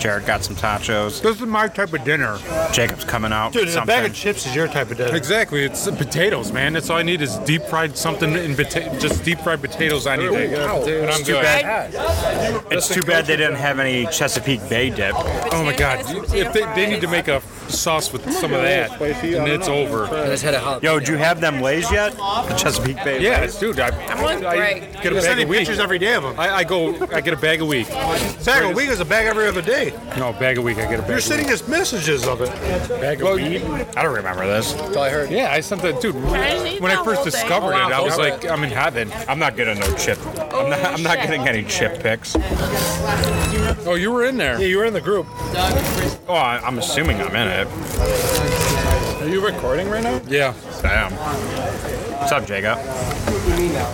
Speaker 6: Jared got some tachos.
Speaker 9: This is my type of dinner.
Speaker 6: Jacob's coming out.
Speaker 2: Dude,
Speaker 6: with
Speaker 2: a
Speaker 6: something.
Speaker 2: bag of chips is your type of dinner.
Speaker 9: Exactly. It's potatoes, man. That's all I need is deep fried something in pota- just deep fried potatoes on anything. And I'm good.
Speaker 6: it's too bad they didn't have any Chesapeake Bay dip.
Speaker 9: Oh my god.
Speaker 8: Potatoes,
Speaker 9: If they, they
Speaker 8: fries.
Speaker 9: need to make a sauce with some of that, and it's over.
Speaker 10: I just had a hot.
Speaker 6: Yo, did you have them lays yet? The Chesapeake Bay.
Speaker 9: Yeah, dude. I,
Speaker 8: on
Speaker 9: I
Speaker 8: break.
Speaker 9: get a bag a week.
Speaker 2: every day of them.
Speaker 9: I, I go. I get a bag a week.
Speaker 2: Bag a week is a bag every other day.
Speaker 9: No, bag a week. I get a bag.
Speaker 2: You're
Speaker 9: a
Speaker 2: sending us messages of it.
Speaker 9: week. bag a week.
Speaker 6: I don't remember this.
Speaker 10: That's all I heard.
Speaker 9: Yeah, I sent that, dude.
Speaker 8: just eat
Speaker 9: When
Speaker 8: that
Speaker 9: I first
Speaker 8: whole thing? Oh,
Speaker 9: discovered it, I was
Speaker 10: Wow.
Speaker 9: like, I'm in heaven.
Speaker 6: I'm not getting no chip. I'm not, I'm
Speaker 8: Oh,
Speaker 6: not getting any chip picks.
Speaker 9: Oh, you were in there.
Speaker 2: Yeah, you were in the group.
Speaker 6: Oh, I, I'm assuming I'm in it.
Speaker 9: Are you recording right now? Yeah.
Speaker 6: Damn. What's up, Jacob?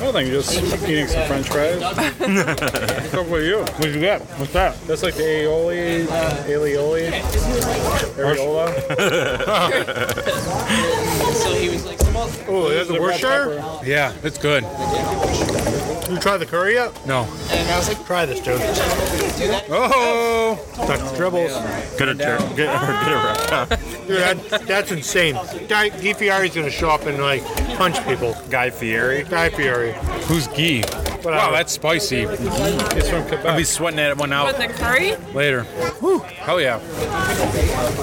Speaker 9: Nothing. Just eating some French fries. What's up with you? What'd you get? What's that?
Speaker 2: That's like the aioli, aioli, areola.
Speaker 9: Oh, there's a Worcestershire. Yeah, it's good.
Speaker 2: You tried the curry yet?
Speaker 9: No.
Speaker 2: Try this, dude.
Speaker 9: Oh.
Speaker 2: Dr. Dribbles.
Speaker 6: Good at good, good at
Speaker 2: Dude, that, that's insane. Guy, Guy Fieri's gonna show up and like punch people.
Speaker 6: Guy Fieri.
Speaker 2: Guy Fieri.
Speaker 9: Who's ghee? Wow, that's spicy.
Speaker 2: It's from
Speaker 9: I'll be
Speaker 2: Quebec.
Speaker 9: sweating that one out
Speaker 8: With the curry?
Speaker 9: later. Whew. Hell yeah.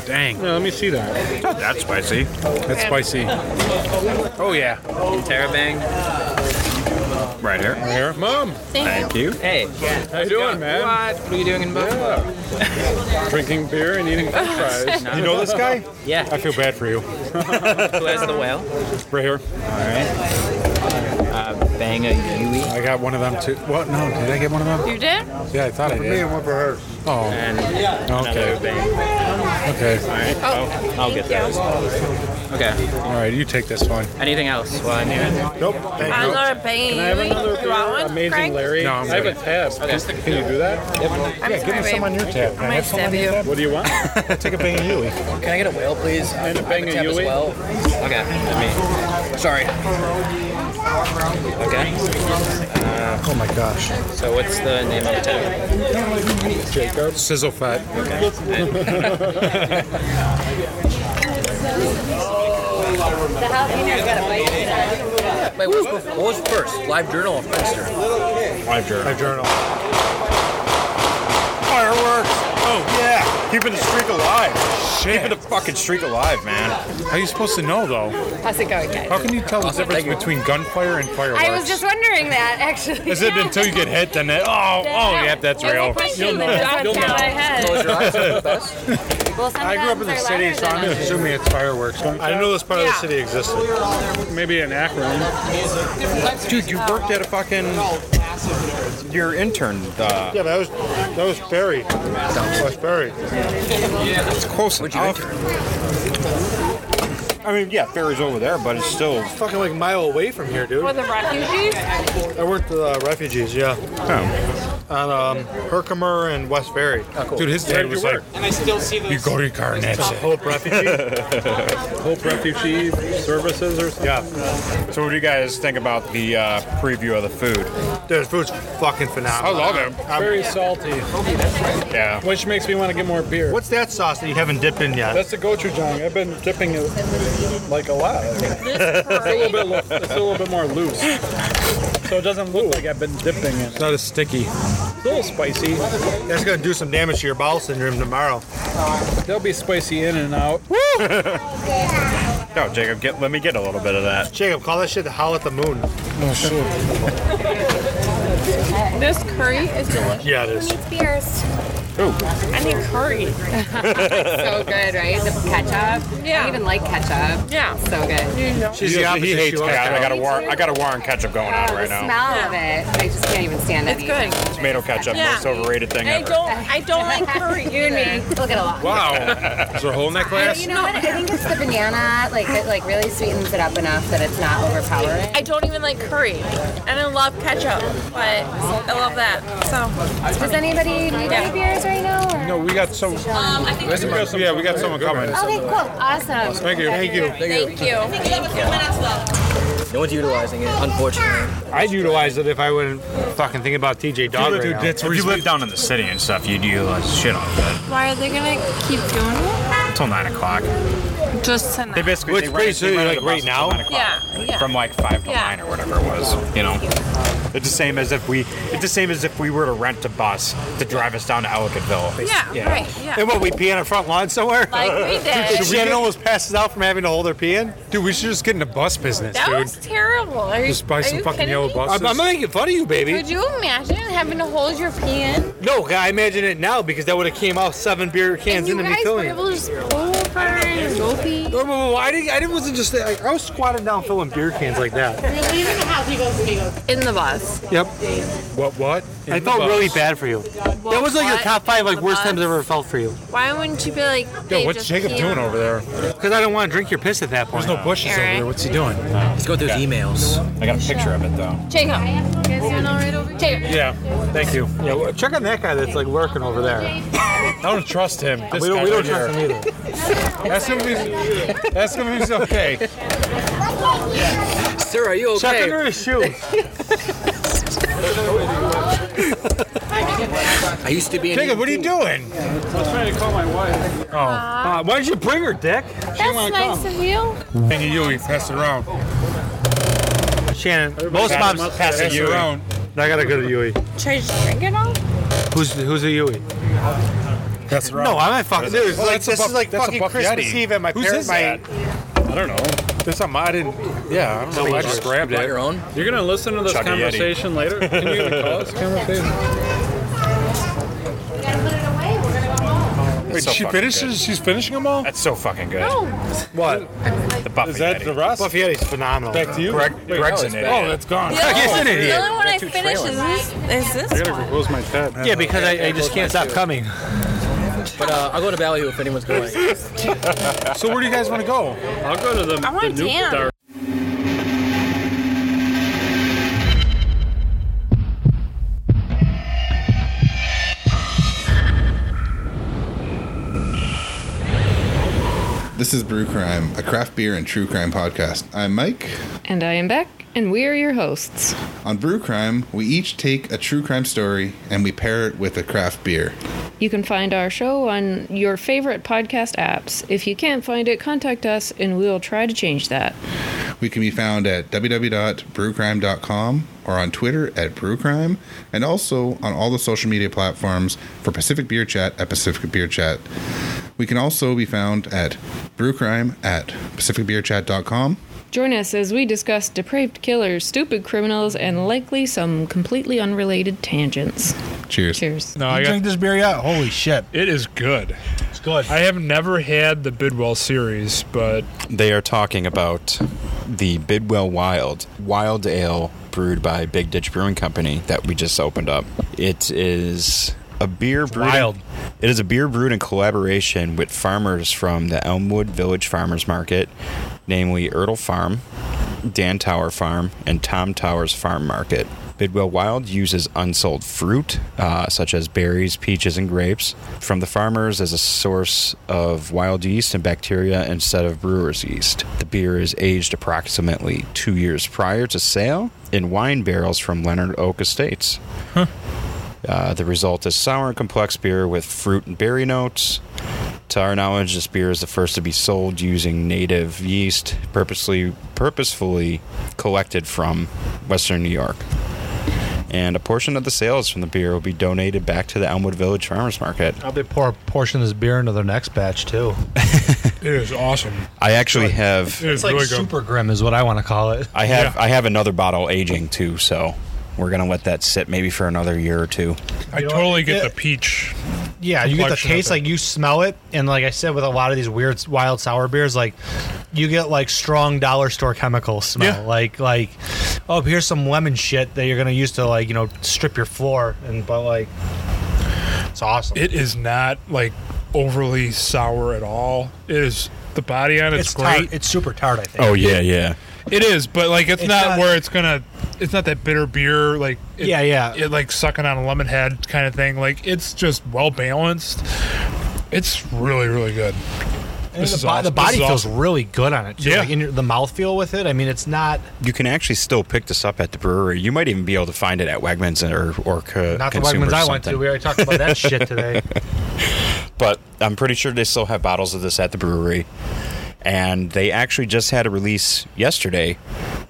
Speaker 9: Dang.
Speaker 2: Yeah, let me see that.
Speaker 6: It's not that spicy.
Speaker 9: That's spicy. Oh yeah.
Speaker 10: Terabang.
Speaker 6: Right here.
Speaker 9: Here. Mom.
Speaker 8: Thank
Speaker 6: Thank you.
Speaker 10: Hey.
Speaker 9: How you doing, man?
Speaker 10: What? What are you doing in Buffalo?
Speaker 9: Drinking beer and eating French fries.
Speaker 6: You know this guy?
Speaker 10: Yeah.
Speaker 9: I feel bad for you.
Speaker 10: Who has the whale?
Speaker 9: Right here.
Speaker 10: Bang a Yui.
Speaker 9: I got one of them too. What? No, did I get one of them?
Speaker 8: you. You did?
Speaker 9: Yeah, I thought I did.
Speaker 2: one for her.
Speaker 9: Oh.
Speaker 10: Another
Speaker 9: Okay.
Speaker 10: bang.
Speaker 9: Okay.
Speaker 8: Oh, I'll get those.
Speaker 10: Okay.
Speaker 9: All right, you take this one.
Speaker 10: Anything else? Well, I knew it.
Speaker 2: Nope.
Speaker 8: Another bang. Can I have another Amazing Larry.
Speaker 9: No, I'm good.
Speaker 2: tab. Can you do that?
Speaker 8: I'm yeah, sorry, babe.
Speaker 2: your tab.
Speaker 8: I might stab you.
Speaker 2: What do you want? Take a bang of Yui.
Speaker 10: Can I get a whale, please? And a
Speaker 2: bang a
Speaker 10: as
Speaker 2: Yui?
Speaker 10: well. Okay. I mean, sorry. Okay. Uh,
Speaker 2: Oh my gosh.
Speaker 10: So what's the name of the town?
Speaker 9: Sizzle fat.
Speaker 10: Wait, what was, what was first? Live Journal or Friendster?
Speaker 6: Live journal.
Speaker 2: My journal.
Speaker 6: Fireworks. Oh yeah. Keeping the streak alive. Keeping the fucking streak alive, man.
Speaker 9: How are you supposed to know though?
Speaker 11: How's it going, guys?
Speaker 9: How can you tell the difference between gunfire and fireworks?
Speaker 11: I was just wondering that, actually.
Speaker 9: Is it until you get hit? Then it, oh, oh, yeah, that's
Speaker 11: There's
Speaker 9: real.
Speaker 11: a question that just popped in my head.
Speaker 10: Close your eyes. open the best.
Speaker 11: Well,
Speaker 9: I grew up in the
Speaker 11: sometimes
Speaker 9: city,
Speaker 11: they're
Speaker 9: so I'm
Speaker 11: louder
Speaker 9: just
Speaker 11: than
Speaker 9: assuming it's fireworks.
Speaker 2: I didn't know this part of the
Speaker 11: Yeah.
Speaker 2: city existed.
Speaker 9: Maybe an acronym.
Speaker 6: Dude, you worked at a fucking Your intern. Uh,
Speaker 2: Yeah, that was that was Barry. That was Barry.
Speaker 6: It's close enough. I mean, yeah, ferry's over there, but it's still.
Speaker 2: It's fucking like a mile away from here, dude.
Speaker 8: For the refugees?
Speaker 2: I worked with uh, refugees, yeah. On um, Herkimer and West Ferry.
Speaker 12: Dude, his dad was like,
Speaker 2: and I still see
Speaker 12: you go to your next.
Speaker 2: Hope refugee.
Speaker 6: Hope Refugee Services or something? Yeah. So, what do you guys think about the uh, preview of the food?
Speaker 2: Dude, the food's fucking phenomenal.
Speaker 6: I love it.
Speaker 2: Very
Speaker 12: salty.
Speaker 6: Yeah.
Speaker 12: Which makes me want to get more beer.
Speaker 2: What's that sauce that you haven't dipped in yet?
Speaker 12: That's the gochujang. I've been dipping it like a lot. it's, a little bit, lo- it's a little bit more loose. So it doesn't look like I've been dipping it. It's
Speaker 2: not as sticky.
Speaker 12: It's a little spicy.
Speaker 2: That's gonna do some damage to your bowel syndrome tomorrow.
Speaker 12: They'll be spicy in and out.
Speaker 6: No, Jacob, get let me get a little bit of that.
Speaker 2: Jacob, call that shit the howl at the moon.
Speaker 12: Oh shit.
Speaker 8: This curry is delicious.
Speaker 2: Yeah, it is.
Speaker 8: Fierce.
Speaker 6: Ooh.
Speaker 8: I need curry.
Speaker 10: so good, right? The ketchup. Yeah. I even like ketchup. Yeah. So good.
Speaker 6: She's the opposite. He hates ketchup. I got a war. I got a war on ketchup going on right
Speaker 10: The
Speaker 6: now.
Speaker 10: smell of it. I just can't even stand it.
Speaker 8: It's good.
Speaker 6: Tomato ketchup,
Speaker 8: Yeah.
Speaker 6: most overrated thing
Speaker 8: I
Speaker 6: ever.
Speaker 8: don't. I don't like curry.
Speaker 10: You and me. Look at a lot.
Speaker 6: Wow. Is there a hole in that
Speaker 10: You know what? I think it's the banana, like it like really sweetens it up enough that it's not overpowering.
Speaker 8: I don't even like curry, and I love ketchup, but I love that. So,
Speaker 10: does anybody need any beers right now? Or?
Speaker 12: No, we got some.
Speaker 8: Um, I think
Speaker 12: we got some yeah, we got someone coming.
Speaker 10: Okay, cool. Awesome.
Speaker 12: Thank you. Thank you.
Speaker 8: Thank you. We have a few minutes left.
Speaker 13: No one's utilizing it, unfortunately.
Speaker 2: I'd utilize it if I wouldn't fucking think about TJ Dog right now.
Speaker 6: if you live down in the city and stuff, you'd utilize shit on it.
Speaker 8: Why are they gonna keep doing
Speaker 6: Until 9 o'clock.
Speaker 8: it? Just tonight.
Speaker 6: They basically
Speaker 2: Which
Speaker 6: they
Speaker 2: pretty
Speaker 6: run-
Speaker 2: soon,
Speaker 6: they run
Speaker 2: like,
Speaker 6: the
Speaker 2: right
Speaker 6: bus till
Speaker 2: now?
Speaker 6: 9 o'clock.
Speaker 8: Yeah, yeah.
Speaker 6: From like 5 to
Speaker 8: Yeah.
Speaker 6: 9 or whatever it was, you know? It's the same as if we it's the same as if we were to rent a bus to drive us down to Ellicottville.
Speaker 8: Yeah, right, yeah.
Speaker 2: And what, we pee on a front lawn somewhere?
Speaker 8: Like we did.
Speaker 2: Dude, Shannon almost passes out from having to hold her peeing.
Speaker 12: Dude, we should just get in the bus business,
Speaker 8: That
Speaker 12: dude.
Speaker 8: was terrible. Are you,
Speaker 12: Just buy
Speaker 8: are
Speaker 12: some
Speaker 8: you
Speaker 12: fucking
Speaker 8: kidding
Speaker 12: yellow
Speaker 8: me?
Speaker 12: buses.
Speaker 2: I'm, I'm making fun of you, baby.
Speaker 8: Could you imagine having to hold your pee in?
Speaker 2: No, I imagine it now because that would have came out seven beer
Speaker 8: and
Speaker 2: cans
Speaker 8: you
Speaker 2: into me
Speaker 8: guys were
Speaker 2: filling. it.
Speaker 8: able to just pull over and go pee.
Speaker 2: No, no, no, I didn't. I didn't. Wasn't just. I, I was squatted down filling beer cans like that.
Speaker 8: You're leaving the house, he goes, he goes. In the bus.
Speaker 2: Yep.
Speaker 12: What? What?
Speaker 2: I felt really bad for you. that was like your
Speaker 8: what?
Speaker 2: top five like
Speaker 8: The
Speaker 2: worst times
Speaker 8: bus?
Speaker 2: I've ever felt for you.
Speaker 8: Why wouldn't you be like,
Speaker 12: Yo,
Speaker 8: babe,
Speaker 12: what's
Speaker 8: just
Speaker 12: Jacob
Speaker 8: pee
Speaker 12: doing
Speaker 8: on-
Speaker 12: over there?
Speaker 2: Because I don't want to drink your piss at that point.
Speaker 12: There's no bushes
Speaker 8: Alright.
Speaker 12: over here. What's he doing?
Speaker 13: Let's go through his emails.
Speaker 6: I got a picture of it though.
Speaker 8: Jacob. You guys doing all right over Jacob.
Speaker 2: Yeah. Thank you. Yeah. well, Check on that guy that's like lurking over there.
Speaker 12: I don't trust him. This
Speaker 2: we don't.
Speaker 12: guy
Speaker 2: We don't
Speaker 12: right
Speaker 2: trust
Speaker 12: here.
Speaker 2: him either.
Speaker 12: Ask him if he's, ask him if he's okay.
Speaker 13: Sir, are you okay?
Speaker 2: Check under his shoes.
Speaker 13: I used to be an
Speaker 12: Jacob, what are you doing? I was trying to call my wife.
Speaker 2: Oh. Uh, why did you bring her, Dick?
Speaker 8: That's nice of you.
Speaker 12: Thank you, Yui. Pass it around.
Speaker 2: Shannon. Most moms pass a
Speaker 12: Pass it
Speaker 2: Yui.
Speaker 12: around.
Speaker 2: I gotta go to Yui.
Speaker 8: Try to drink it all?
Speaker 2: Who's who's a Yui?
Speaker 12: Pass it around.
Speaker 2: No, I'm not fucking. Dude, it's
Speaker 12: Well,
Speaker 2: like,
Speaker 12: that's a
Speaker 2: this
Speaker 12: Buck-
Speaker 2: is like
Speaker 12: that's a
Speaker 2: fucking
Speaker 12: Buck
Speaker 2: Christmas
Speaker 12: Yeti.
Speaker 2: Eve at my
Speaker 12: Whose
Speaker 2: parents.
Speaker 12: is
Speaker 2: My,
Speaker 12: I don't know. There's something I didn't. Yeah, I don't know. I just grabbed it.
Speaker 13: your own?
Speaker 14: You're gonna listen to this
Speaker 6: Chuck a Yeti.
Speaker 14: conversation later. Can you even call this conversation?
Speaker 12: Wait,
Speaker 6: So
Speaker 12: she
Speaker 6: fucking
Speaker 12: finishes. She's finishing them all.
Speaker 6: That's so fucking good.
Speaker 2: what?
Speaker 6: The Buffy
Speaker 12: Is that
Speaker 6: Yeti.
Speaker 12: the rest?
Speaker 2: Buffy Yeti's phenomenal.
Speaker 12: Back to you.
Speaker 6: Greg,
Speaker 12: Wait,
Speaker 6: Greg's
Speaker 12: no,
Speaker 6: an
Speaker 12: it's
Speaker 6: idiot.
Speaker 12: back. Oh, that's gone.
Speaker 8: The only,
Speaker 2: He's an
Speaker 8: one,
Speaker 2: idiot.
Speaker 8: the only one I
Speaker 13: two
Speaker 8: finish is this, is
Speaker 12: I
Speaker 8: this
Speaker 12: gotta
Speaker 8: one.
Speaker 12: propose my pet.
Speaker 2: Yeah, because I, I just can't stop coming.
Speaker 13: But uh, I'll go to Ballyhoo if anyone's going.
Speaker 12: So where do you guys want to go?
Speaker 14: I'll go to the,
Speaker 8: I
Speaker 14: the
Speaker 8: want
Speaker 14: new
Speaker 8: Dan.
Speaker 14: dark.
Speaker 9: This is Brew Crime, a craft beer and true crime podcast. I'm Mike.
Speaker 15: And I am back, and we are your hosts.
Speaker 9: On Brew Crime, we each take a true crime story and we pair it with a craft beer.
Speaker 15: You can find our show on your favorite podcast apps. If you can't find it, contact us and we will try to change that.
Speaker 9: We can be found at www.brewcrime.com or on Twitter at brewcrime and also on all the social media platforms for Pacific Beer Chat at Pacific Beer Chat. We can also be found at brewcrime at pacificbeerchat.com.
Speaker 15: Join us as we discuss depraved killers, stupid criminals, and likely some completely unrelated tangents.
Speaker 9: Cheers.
Speaker 15: Cheers.
Speaker 3: No, I got,
Speaker 15: this beer yet? Holy shit.
Speaker 3: it is good. It's good. I have never had the Bidwell series, but
Speaker 1: They are talking about the Bidwell Wild Wild Ale brewed by Big Ditch Brewing Company that we just opened up. It is a beer brewed
Speaker 2: wild.
Speaker 1: it is a beer brewed in collaboration with farmers from the Elmwood Village Farmers Market, namely Ertle Farm, Dan Tower Farm, and Tom Towers Farm Market. Bidwell Wild uses unsold fruit, uh, such as berries, peaches, and grapes, from the farmers as a source of wild yeast and bacteria instead of brewer's yeast. The beer is aged approximately two years prior to sale in wine barrels from Leonard Oak Estates. Uh, the result is sour and complex beer with fruit and berry notes. To our knowledge, this beer is the first to be sold using native yeast, purposely purposefully collected from Western New York. And a portion of the sales from the beer will be donated back to the Elmwood Village Farmers Market.
Speaker 2: Probably pour a portion of this beer into their next batch too.
Speaker 3: It is awesome.
Speaker 1: I actually have.
Speaker 2: It's like super grim is what I want to call it.
Speaker 1: I have I have another bottle aging too, so we're gonna let that sit maybe for another year or two.
Speaker 3: I totally get the peach.
Speaker 2: Yeah, you get the
Speaker 3: complexion of
Speaker 2: taste,
Speaker 3: it.
Speaker 2: like you smell it, and like I said, with a lot of these weird wild sour beers, like you get like strong dollar store chemical smell, like like oh here's some lemon shit that you're gonna use to like you know strip your floor, and but like it's awesome.
Speaker 3: It is not like overly sour at all. It is the body on it's,
Speaker 2: It's tart.
Speaker 3: great.
Speaker 2: It's super tart. I think.
Speaker 1: Oh yeah, yeah.
Speaker 3: It is, but like it's,
Speaker 2: It's
Speaker 3: not,
Speaker 2: not-
Speaker 3: where it's gonna. It's not that bitter beer like it,
Speaker 2: Yeah, yeah.
Speaker 3: It like sucking on a lemon head kind of thing. Like it's just well balanced. It's really really good.
Speaker 2: And
Speaker 3: This
Speaker 2: the,
Speaker 3: is
Speaker 2: bo- the
Speaker 3: awesome.
Speaker 2: body
Speaker 3: This is
Speaker 2: feels
Speaker 3: awesome.
Speaker 2: really good on it. Too.
Speaker 3: Yeah.
Speaker 2: like in your, the mouthfeel with it. I mean, it's not
Speaker 1: You can actually still pick this up at the brewery. You might even be able to find it at Wegmans or or co-
Speaker 2: not the
Speaker 1: Consumers
Speaker 2: Wegmans
Speaker 1: or
Speaker 2: I went
Speaker 1: something.
Speaker 2: to. We already talked about that shit today.
Speaker 1: but I'm pretty sure they still have bottles of this at the brewery. And they actually just had a release yesterday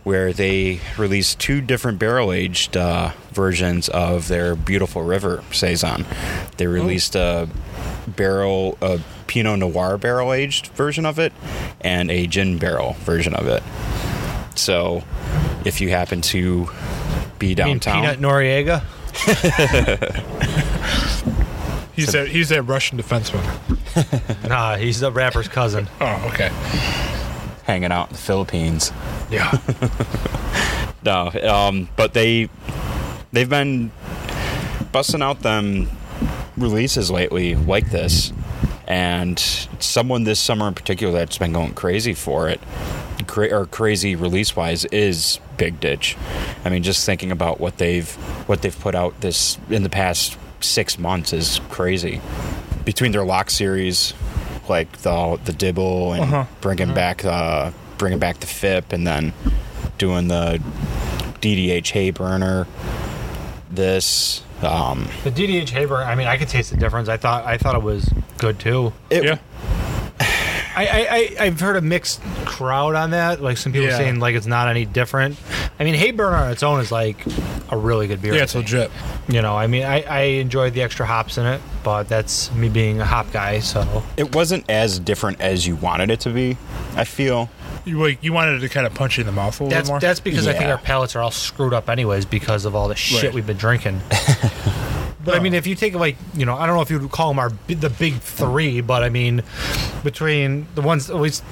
Speaker 1: where they released two different barrel aged uh, versions of their Beautiful River Saison. They released a barrel, a Pinot Noir barrel aged version of it, and a gin barrel version of it. So if you happen to be
Speaker 2: I mean,
Speaker 1: downtown.
Speaker 2: Peanut Noriega.
Speaker 3: He's that he's that Russian defenseman.
Speaker 2: Nah, he's the rapper's cousin.
Speaker 3: oh, okay.
Speaker 1: hanging out in the Philippines.
Speaker 2: Yeah.
Speaker 1: no, um, but they they've been busting out them releases lately like this, and someone this summer in particular that's been going crazy for it, cra- or crazy release wise, is Big Ditch. I mean, just thinking about what they've what they've put out this in the past six months is crazy. Between their lock series, like the the Dibble and
Speaker 3: Uh-huh.
Speaker 1: bringing back the bringing back the FIP, and then doing the DDH hay burner. This um,
Speaker 2: The DDH Haber, I mean, I could taste the difference. I thought I thought it was good too.
Speaker 3: yeah.
Speaker 2: I, I, I I've heard a mixed crowd on that. Like some people
Speaker 3: Yeah.
Speaker 2: saying like it's not any different. I mean, Hayburner on its own is like a really good beer.
Speaker 3: Yeah,
Speaker 2: I
Speaker 3: it's
Speaker 2: think.
Speaker 3: legit.
Speaker 2: You know, I mean, I I enjoyed the extra hops in it, but that's me being a hop guy. So
Speaker 1: it wasn't as different as you wanted it to be. I feel
Speaker 3: You like you wanted to kind of punch you in the mouth a little
Speaker 2: that's
Speaker 3: more.
Speaker 2: that's because I think
Speaker 1: Yeah.
Speaker 2: our palates are all screwed up anyways because of all the shit
Speaker 3: Right.
Speaker 2: we've been drinking. But I mean, if you take like you know, I don't know if you would call them our bi- the big three, but I mean, between the ones at least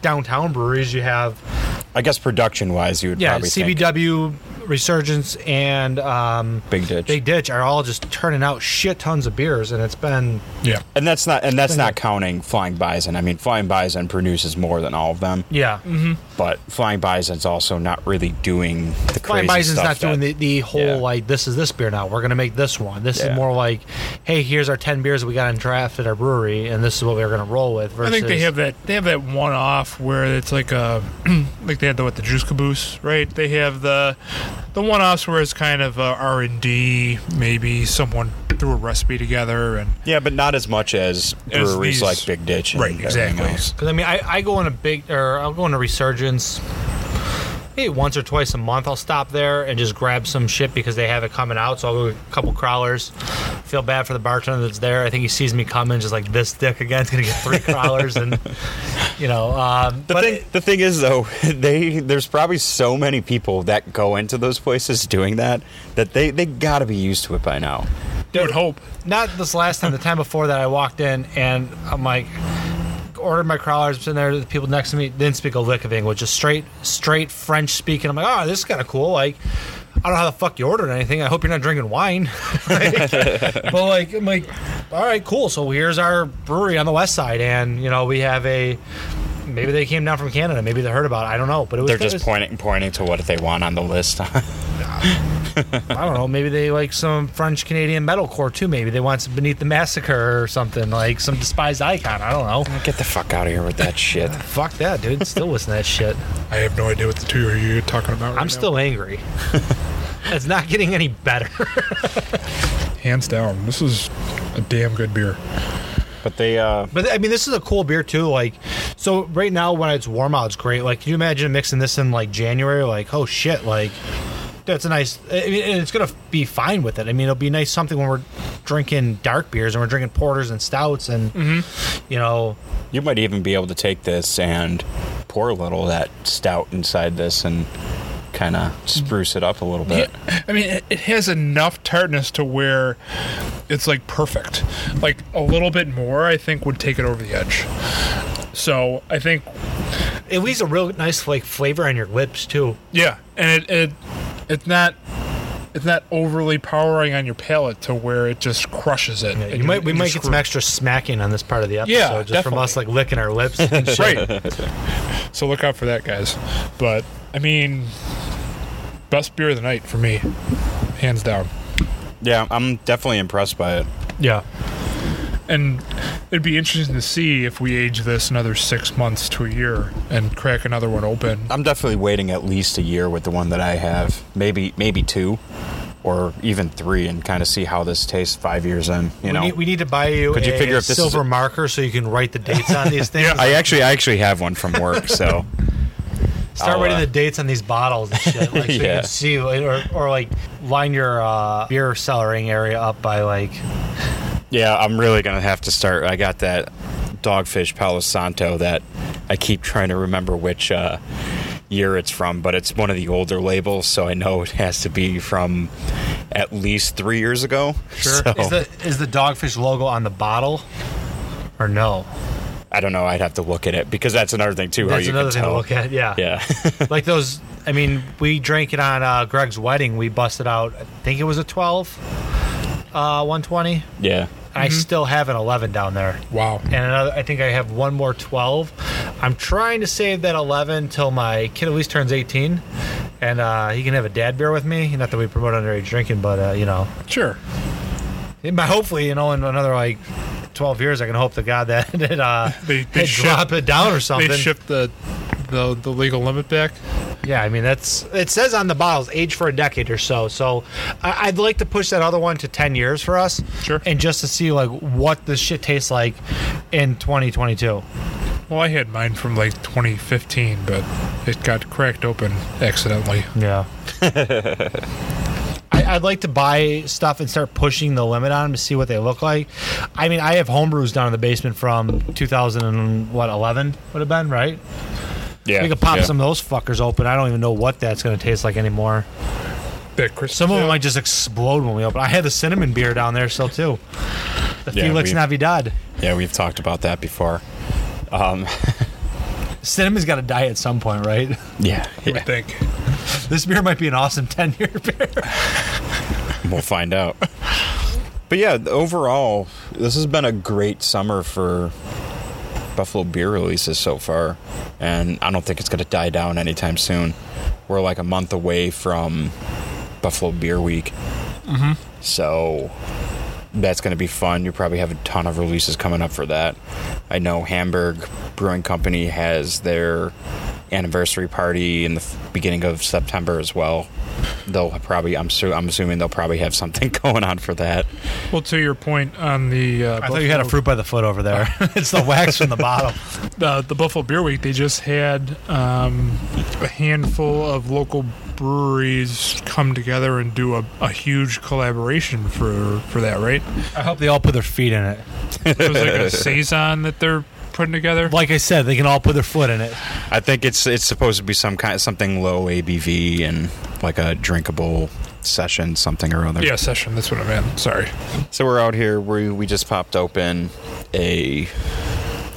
Speaker 2: downtown breweries, you have
Speaker 1: I guess production wise, you would
Speaker 2: yeah
Speaker 1: probably think
Speaker 2: CBW, Resurgence, and um,
Speaker 1: Big Ditch.
Speaker 2: Big Ditch are all just turning out shit tons of beers, and it's been
Speaker 3: yeah,
Speaker 1: and that's not and that's not counting Flying Bison. I mean, Flying Bison produces more than all of them.
Speaker 2: yeah. Mm-hmm.
Speaker 1: But Flying Bison's also not really doing the crazy
Speaker 2: Flying Bison's
Speaker 1: stuff
Speaker 2: not doing
Speaker 1: that-
Speaker 2: the, the whole like this is this beer now. We're gonna make this one. This
Speaker 1: Yeah.
Speaker 2: is more like, hey, here's our ten beers we got in draft at our brewery, and this is what we're gonna roll with. Versus
Speaker 3: I think they have that they have that one off where it's like a like they had the what the juice caboose right they have the the one offs where it's kind of R and D maybe someone threw a recipe together and
Speaker 1: yeah, but not as much as
Speaker 3: As
Speaker 1: breweries
Speaker 3: these-
Speaker 1: like Big Ditch. And
Speaker 3: Right,
Speaker 1: everything
Speaker 3: exactly.
Speaker 1: else.
Speaker 2: Because I mean, I, I go on a big, or I'll go on a resurgence. Maybe once or twice a month, I'll stop there and just grab some shit because they have it coming out. So I'll go get a couple crawlers. Feel bad for the bartender that's there. I think he sees me coming, just like this dick again's gonna get three crawlers, and you know. Um,
Speaker 1: The thing, the thing is though, they there's probably so many people that go into those places doing that that they they gotta be used to it by now.
Speaker 3: Dude, hope.
Speaker 2: Not this last time. The time before that, I walked in and I'm like, ordered my crawlers. I'm sitting there, the people next to me didn't speak a lick of English, just straight, straight French speaking. I'm like, oh, this is kind of cool. Like, I don't know how the fuck you ordered anything. I hope you're not drinking wine. but like, I'm like, all right, cool. So here's our brewery on the west side, and you know we have a. Maybe they came down from Canada. Maybe they heard about it. I don't know. But it was
Speaker 1: They're
Speaker 2: it was-
Speaker 1: just pointing pointing to what they want on the list.
Speaker 2: I don't know. Maybe they like some French Canadian metalcore too. Maybe they want some Beneath the Massacre or something like some despised icon. I don't know.
Speaker 1: Get the fuck out of here with that shit.
Speaker 2: Mm, Fuck that, dude. Still listen to that shit.
Speaker 3: I have no idea what the two of you are talking about.
Speaker 2: I'm still angry. it's not getting any better.
Speaker 3: Hands down, this is a damn good beer.
Speaker 1: But they, uh,
Speaker 2: But I mean, this is a cool beer too. Like, so right now when it's warm out, it's great. Like, can you imagine mixing this in like January? Like, oh shit! Like, that's a nice. I mean, and it's gonna be fine with it. I mean, it'll be nice something when we're drinking dark beers and we're drinking porters and stouts and you know
Speaker 1: you might even be able to take this and pour a little of that stout inside this and kind of spruce it up a little bit.
Speaker 3: Yeah, I mean, it- it has enough tartness to where it's like perfect. Like a little bit more, I think, would take it over the edge. So I think
Speaker 2: it leaves a real nice like flavor on your lips too.
Speaker 3: Yeah, and it, it it's not it's not overly powering on your palate to where it just crushes it.
Speaker 2: You might we might get some extra smacking on this part of the episode
Speaker 3: Yeah,
Speaker 2: just from us like licking our lips. And shit.
Speaker 3: right. So look out for that, guys. But I mean, best beer of the night for me, hands down.
Speaker 1: Yeah, I'm definitely impressed by it.
Speaker 2: Yeah.
Speaker 3: And it'd be interesting to see if we age this another six months to a year and crack another one open.
Speaker 1: I'm definitely waiting at least a year with the one that I have, maybe maybe two, or even three, and kind of see how this tastes five years in. You
Speaker 2: we
Speaker 1: know,
Speaker 2: need, we need to buy you
Speaker 1: Could you
Speaker 2: a
Speaker 1: figure if this is
Speaker 2: silver
Speaker 1: a-
Speaker 2: marker so you can write the dates on these things.
Speaker 1: I actually I actually have one from work, so
Speaker 2: Start
Speaker 1: I'll,
Speaker 2: writing
Speaker 1: uh,
Speaker 2: the dates on these bottles and shit, like so you
Speaker 1: Yeah.
Speaker 2: can see, like, or, or like line your uh, beer cellaring area up by like.
Speaker 1: Yeah, I'm really gonna have to start. I got that dogfish Palo Santo that I keep trying to remember which uh, year it's from, but it's one of the older labels, so I know it has to be from at least three years ago. So,
Speaker 2: Is the is the dogfish logo on the bottle? Or no?
Speaker 1: I don't know. I'd have to look at it because that's another thing too. how
Speaker 2: That's
Speaker 1: you
Speaker 2: another
Speaker 1: can
Speaker 2: thing to
Speaker 1: tell.
Speaker 2: look at, yeah.
Speaker 1: Yeah.
Speaker 2: like those. I mean, we drank it on uh, Greg's wedding. We busted out. I think it was a twelve, uh, one twenty.
Speaker 1: Yeah.
Speaker 2: I
Speaker 3: Mm-hmm.
Speaker 2: still have an 11 down there.
Speaker 3: Wow.
Speaker 2: And another, I think I have one more 12. I'm trying to save that 11 till my kid at least turns 18, and uh, he can have a dad beer with me. Not that we promote underage drinking, but uh, you know,
Speaker 3: Sure.
Speaker 2: it might- hopefully, you know, in another like 12 years, I can hope to God that it uh,
Speaker 3: They, they
Speaker 2: it drop it down or something.
Speaker 3: They shift the the the legal limit back.
Speaker 2: Yeah, I mean that's it says on the bottles age for a decade or so. So I, I'd like to push that other one to ten years for us, sure, and just to see like what this shit tastes like in 2022.
Speaker 3: Well, I had mine from like 2015, but it got cracked open accidentally.
Speaker 2: Yeah. I, I'd like to buy stuff and start pushing the limit on them to see what they look like. I mean, I have homebrews down in the basement from 2000 and what 11 would have been right.
Speaker 1: Yeah,
Speaker 2: we could pop
Speaker 1: yeah.
Speaker 2: some of those fuckers open. I don't even know what that's going to taste like anymore. Some of them might just explode when we open. I had the cinnamon beer down there still too. The
Speaker 1: Yeah,
Speaker 2: Felix
Speaker 1: we-
Speaker 2: Navidad.
Speaker 1: Yeah, we've talked about that before. Um,
Speaker 2: Cinnamon's got to die at some point, right?
Speaker 1: yeah,
Speaker 3: You would think.
Speaker 2: This beer might be an awesome 10 year beer.
Speaker 1: we'll find out. But yeah, overall, this has been a great summer for Buffalo beer releases so far, and I don't think it's going to die down anytime soon. We're like a month away from Buffalo Beer Week,
Speaker 3: Mm-hmm.
Speaker 1: so that's going to be fun. You probably have a ton of releases coming up for that. I know Hamburg Brewing Company has their anniversary party in the f- beginning of September as well. They'll probably, I'm, su- I'm assuming they'll probably have something going on for that.
Speaker 3: Well, to your point on the, uh,
Speaker 2: I thought you had a fruit by the foot over there. it's the wax from the bottom.
Speaker 3: uh, the the Buffalo Beer Week, they just had um, a handful of local breweries come together and do a, a huge collaboration for for that, right?
Speaker 2: I hope they all put their feet in it.
Speaker 3: It was like a saison that they're putting together.
Speaker 2: Like I said, they can all put their foot in it.
Speaker 1: I think it's it's supposed to be some kind something low ABV and like a drinkable session, something or other.
Speaker 3: Yeah, session. That's what I meant. Sorry.
Speaker 1: So we're out here. We we just popped open a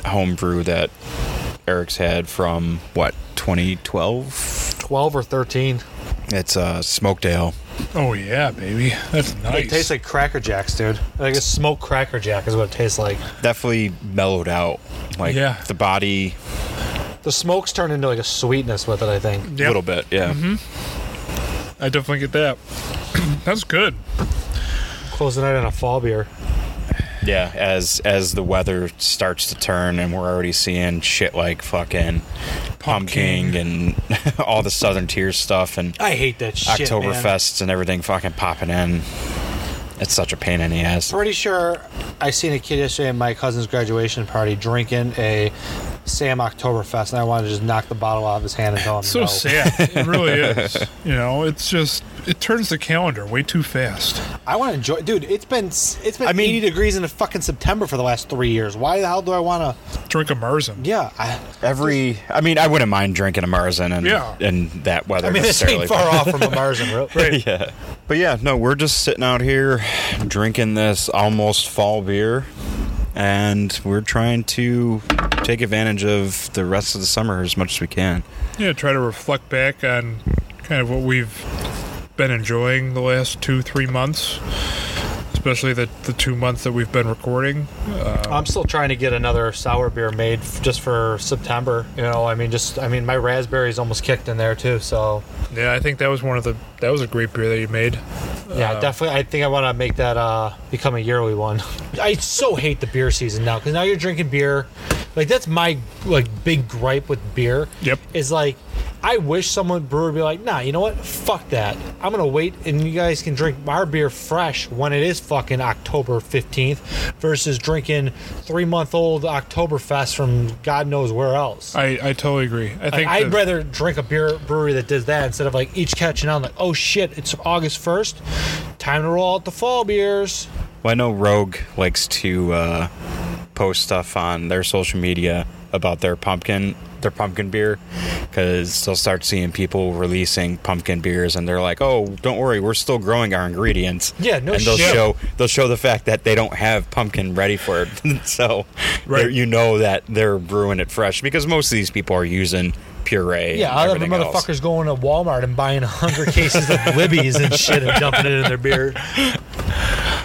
Speaker 1: homebrew that Eric's had from what 2012?
Speaker 2: 12 or 13.
Speaker 1: It's uh, smoked ale.
Speaker 2: Oh yeah, baby, that's
Speaker 1: nice.
Speaker 2: It tastes like Cracker Jacks, dude. Like a smoked Cracker Jack is what it tastes like.
Speaker 1: Definitely mellowed out. Like
Speaker 2: Yeah.
Speaker 1: the body
Speaker 2: The smoke's turned into like a sweetness with it. I think.
Speaker 1: a little bit. Yeah.
Speaker 2: Mm-hmm.
Speaker 3: I definitely get that. That's good.
Speaker 2: Close the night on a fall beer.
Speaker 1: Yeah, as as the weather starts to turn and we're already seeing shit like fucking pumpkin, and all the Southern Tier stuff and
Speaker 2: I hate that shit, man.
Speaker 1: Oktoberfests and everything fucking popping in. It's such a pain in the ass.
Speaker 2: Pretty sure I seen a kid yesterday at my cousin's graduation party drinking a Sam Oktoberfest, and I wanted to just knock the bottle out of his hand and tell him
Speaker 3: So
Speaker 2: no.
Speaker 3: sad. It really is. You know, it's just it turns the calendar way too fast.
Speaker 2: I want to enjoy, dude. It's been s- it's been
Speaker 3: I mean-
Speaker 2: 80 degrees in the fucking September for the last three years. Why the hell do I want to
Speaker 3: drink a Merzen?
Speaker 2: Yeah, I,
Speaker 1: Every, I mean, I wouldn't mind drinking a Marzen and
Speaker 2: Yeah.
Speaker 1: and that weather.
Speaker 2: I mean, this
Speaker 1: necessarily.
Speaker 2: ain't far off from a Marzen, right?
Speaker 1: yeah, but yeah, no, we're just sitting out here drinking this almost fall beer, and we're trying to take advantage of the rest of the summer as much as we can.
Speaker 3: Yeah, try to reflect back on kind of what we've been enjoying the last two, three months, especially the, the two months that we've been recording. Uh,
Speaker 2: I'm still trying to get another sour beer made f- just for September. You know, I mean, just I mean, my raspberries almost kicked in there too. So
Speaker 3: yeah, I think that was one of the that was a great beer that you made.
Speaker 2: yeah,
Speaker 3: Uh,
Speaker 2: definitely. I think I want to make that uh, become a yearly one. I so hate the beer season now because now you're drinking beer. Like that's my like big gripe with beer. Yep. Is like I wish someone brewer would be like, nah, you know what? Fuck that. I'm gonna wait and you guys can drink our beer fresh when it is fucking October 15th versus drinking three month old Oktoberfest from God knows where else.
Speaker 3: I, I totally agree. I
Speaker 2: Like,
Speaker 3: think
Speaker 2: I'd
Speaker 3: the-
Speaker 2: rather drink a beer brewery that does that instead of like each catching on like, oh shit, it's August first, time to roll out the fall beers.
Speaker 1: Well, I know Rogue likes to uh, post stuff on their social media about their pumpkin, their pumpkin beer, because they'll start seeing people releasing pumpkin beers, and they're like, "Oh, don't worry, we're still growing our ingredients."
Speaker 2: Yeah, no
Speaker 1: and they'll
Speaker 2: shit.
Speaker 1: show they'll show the fact that they don't have pumpkin ready for it, so they're- you know that they're brewing it fresh because most of these people are using puree.
Speaker 2: Yeah,
Speaker 1: and
Speaker 2: I love the
Speaker 1: everything else.
Speaker 2: motherfuckers going to Walmart and buying a hundred cases of Libby's and shit and dumping it in their beer.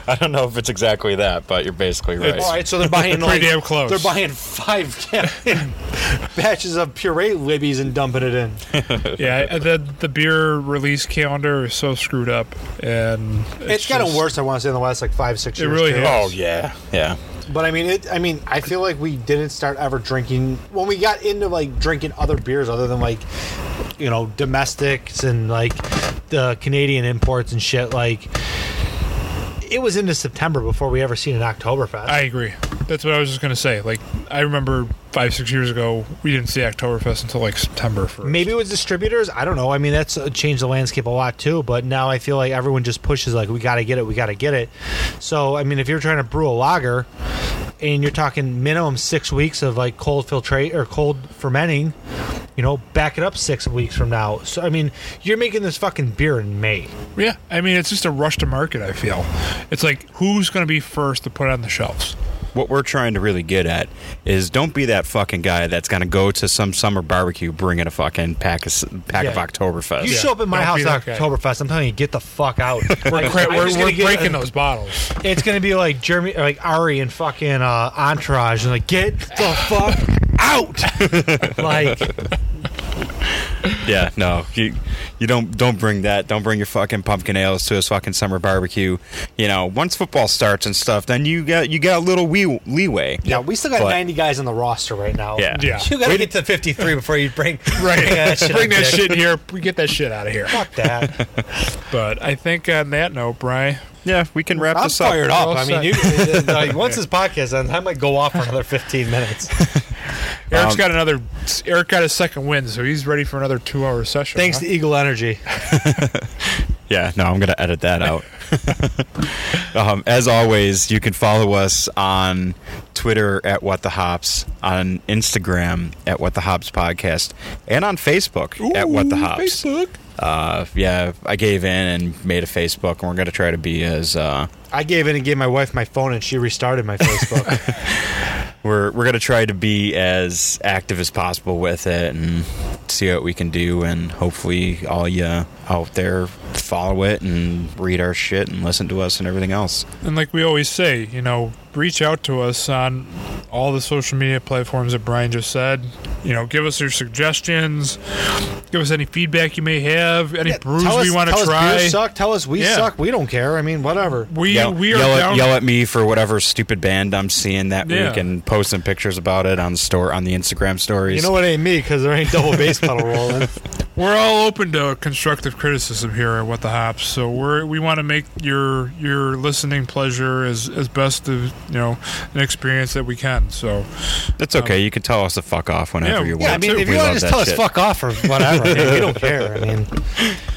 Speaker 1: I don't know if it's exactly that, but you're basically right.
Speaker 2: All right, so they're buying like, They're buying five gallon batches of puree Libby's and dumping it in.
Speaker 3: yeah, I- the the beer release calendar is so screwed up, and
Speaker 2: it's gotten
Speaker 3: just-
Speaker 2: worse. I want to say in the last like five six
Speaker 3: It
Speaker 2: years.
Speaker 3: really
Speaker 2: too.
Speaker 3: has. Oh, yeah.
Speaker 1: Yeah.
Speaker 2: But I mean, it. I mean, I feel like we didn't start ever drinking when we got into like drinking other beers other than like, you know, domestics and like the Canadian imports and shit. Like, it was into September before we ever seen an Oktoberfest.
Speaker 3: I agree. That's what I was just gonna say. Like I remember five six years ago, we didn't see Oktoberfest until like September for
Speaker 2: Maybe it was distributors. I don't know. I mean, that's uh, changed the landscape a lot too. But now I feel like everyone just pushes like we got to get it, we got to get it. So I mean, if you're trying to brew a lager, and you're talking minimum six weeks of like cold filtrate or cold fermenting, you know, back it up six weeks from now. So I mean, you're making this fucking beer in May.
Speaker 3: Yeah, I mean it's just a rush to market. I feel it's like who's gonna be first to put it on the shelves.
Speaker 1: what we're trying to really get at is don't be that fucking guy that's gonna go to some summer barbecue bringing a fucking pack of pack of
Speaker 2: Yeah.
Speaker 1: Oktoberfest.
Speaker 2: You show up at my house at
Speaker 3: that guy.
Speaker 2: Oktoberfest, I'm telling you, get the fuck out.
Speaker 3: We're,
Speaker 2: Like,
Speaker 3: cra-
Speaker 2: I'm
Speaker 3: we're,
Speaker 2: just
Speaker 3: we're
Speaker 2: gonna get a-
Speaker 3: breaking those bottles.
Speaker 2: It's gonna be like Jeremy, or like Ari and fucking uh, Entourage, and like get the fuck out. like
Speaker 1: yeah, no, you you don't don't bring that. Don't bring your fucking pumpkin ales to a fucking summer barbecue. You know, once football starts and stuff, then you got you got a little wee- leeway.
Speaker 2: Yeah, we still got
Speaker 1: But-
Speaker 2: 90 guys on the roster right now.
Speaker 1: Yeah. Yeah.
Speaker 2: You gotta get to 53 before you bring
Speaker 3: Right.
Speaker 2: Bring that shit,
Speaker 3: Bring
Speaker 2: up,
Speaker 3: that
Speaker 2: Dick.
Speaker 3: shit in here. We get that shit out of here.
Speaker 2: Fuck that.
Speaker 3: but I think on that note, Bry.
Speaker 1: Yeah, we can wrap
Speaker 2: I'm
Speaker 3: this up.
Speaker 2: fired
Speaker 3: We're
Speaker 2: up.
Speaker 3: all
Speaker 2: I mean, you,
Speaker 3: set.
Speaker 2: like, once this podcast ends, I might go off for another 15 minutes.
Speaker 3: Eric's
Speaker 2: Um,
Speaker 3: got another. Eric got his second win, so he's ready for another two-hour session.
Speaker 2: Thanks
Speaker 3: huh?
Speaker 2: to Eagle Energy.
Speaker 1: Yeah, no, I'm going to edit that out. um, as always, you can follow us on Twitter at What the Hops, on Instagram at What the Hops Podcast, and on Facebook at What the Hops.
Speaker 3: Facebook.
Speaker 1: Uh, yeah, I gave in and made a Facebook, and we're going to try to be as. Uh,
Speaker 2: I gave in and gave my wife my phone, and she restarted my Facebook.
Speaker 1: we're we're gonna try to be as active as possible with it and see what we can do and hopefully all you out there follow it and read our shit and listen to us and everything else.
Speaker 3: And like we always say, you know, reach out to us on all the social media platforms that Brian just said. You know, give us your suggestions, give us any feedback you may have, any brews
Speaker 2: tell us,
Speaker 3: we want to
Speaker 2: tell
Speaker 3: try.
Speaker 2: Us beers suck. Tell us we
Speaker 3: Yeah.
Speaker 2: suck. We don't care. I mean, whatever.
Speaker 3: We
Speaker 1: yell, yell, at, yell at me for whatever stupid band I'm seeing that
Speaker 2: Yeah.
Speaker 1: week and post some pictures about it on the store on the Instagram stories.
Speaker 2: You know it ain't me because there ain't double bass pedal rolling.
Speaker 3: We're all open to constructive criticism here at What the Hops, so we're we want to make your your listening pleasure as as best of you know an experience that we can. So
Speaker 1: That's okay. you can tell us to fuck off whenever
Speaker 3: Yeah,
Speaker 1: you want.
Speaker 3: yeah, I mean,
Speaker 1: to.
Speaker 3: if
Speaker 1: We
Speaker 3: you wanna
Speaker 1: love
Speaker 3: just
Speaker 1: that
Speaker 3: tell us
Speaker 1: shit.
Speaker 3: fuck off or whatever,
Speaker 2: I mean, we don't care. I mean,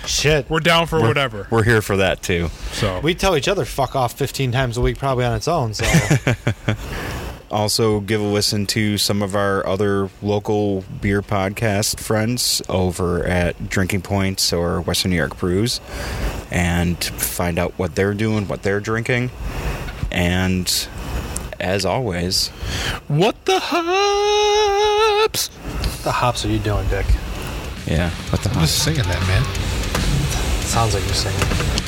Speaker 2: shit.
Speaker 3: We're down for
Speaker 1: We're-
Speaker 3: whatever.
Speaker 1: We're here for that too.
Speaker 3: So
Speaker 2: We tell each other fuck off 15 times a week, probably on its own. So
Speaker 1: also give a listen to some of our other local beer podcast friends over at Drinking Points or Western New York Brews and find out what they're doing, what they're drinking. And as always,
Speaker 3: what the hops?
Speaker 2: the hops are you doing, Dick?
Speaker 1: Yeah, what the
Speaker 2: I'm
Speaker 1: hops?
Speaker 2: singing that, man. Sounds like you're singing.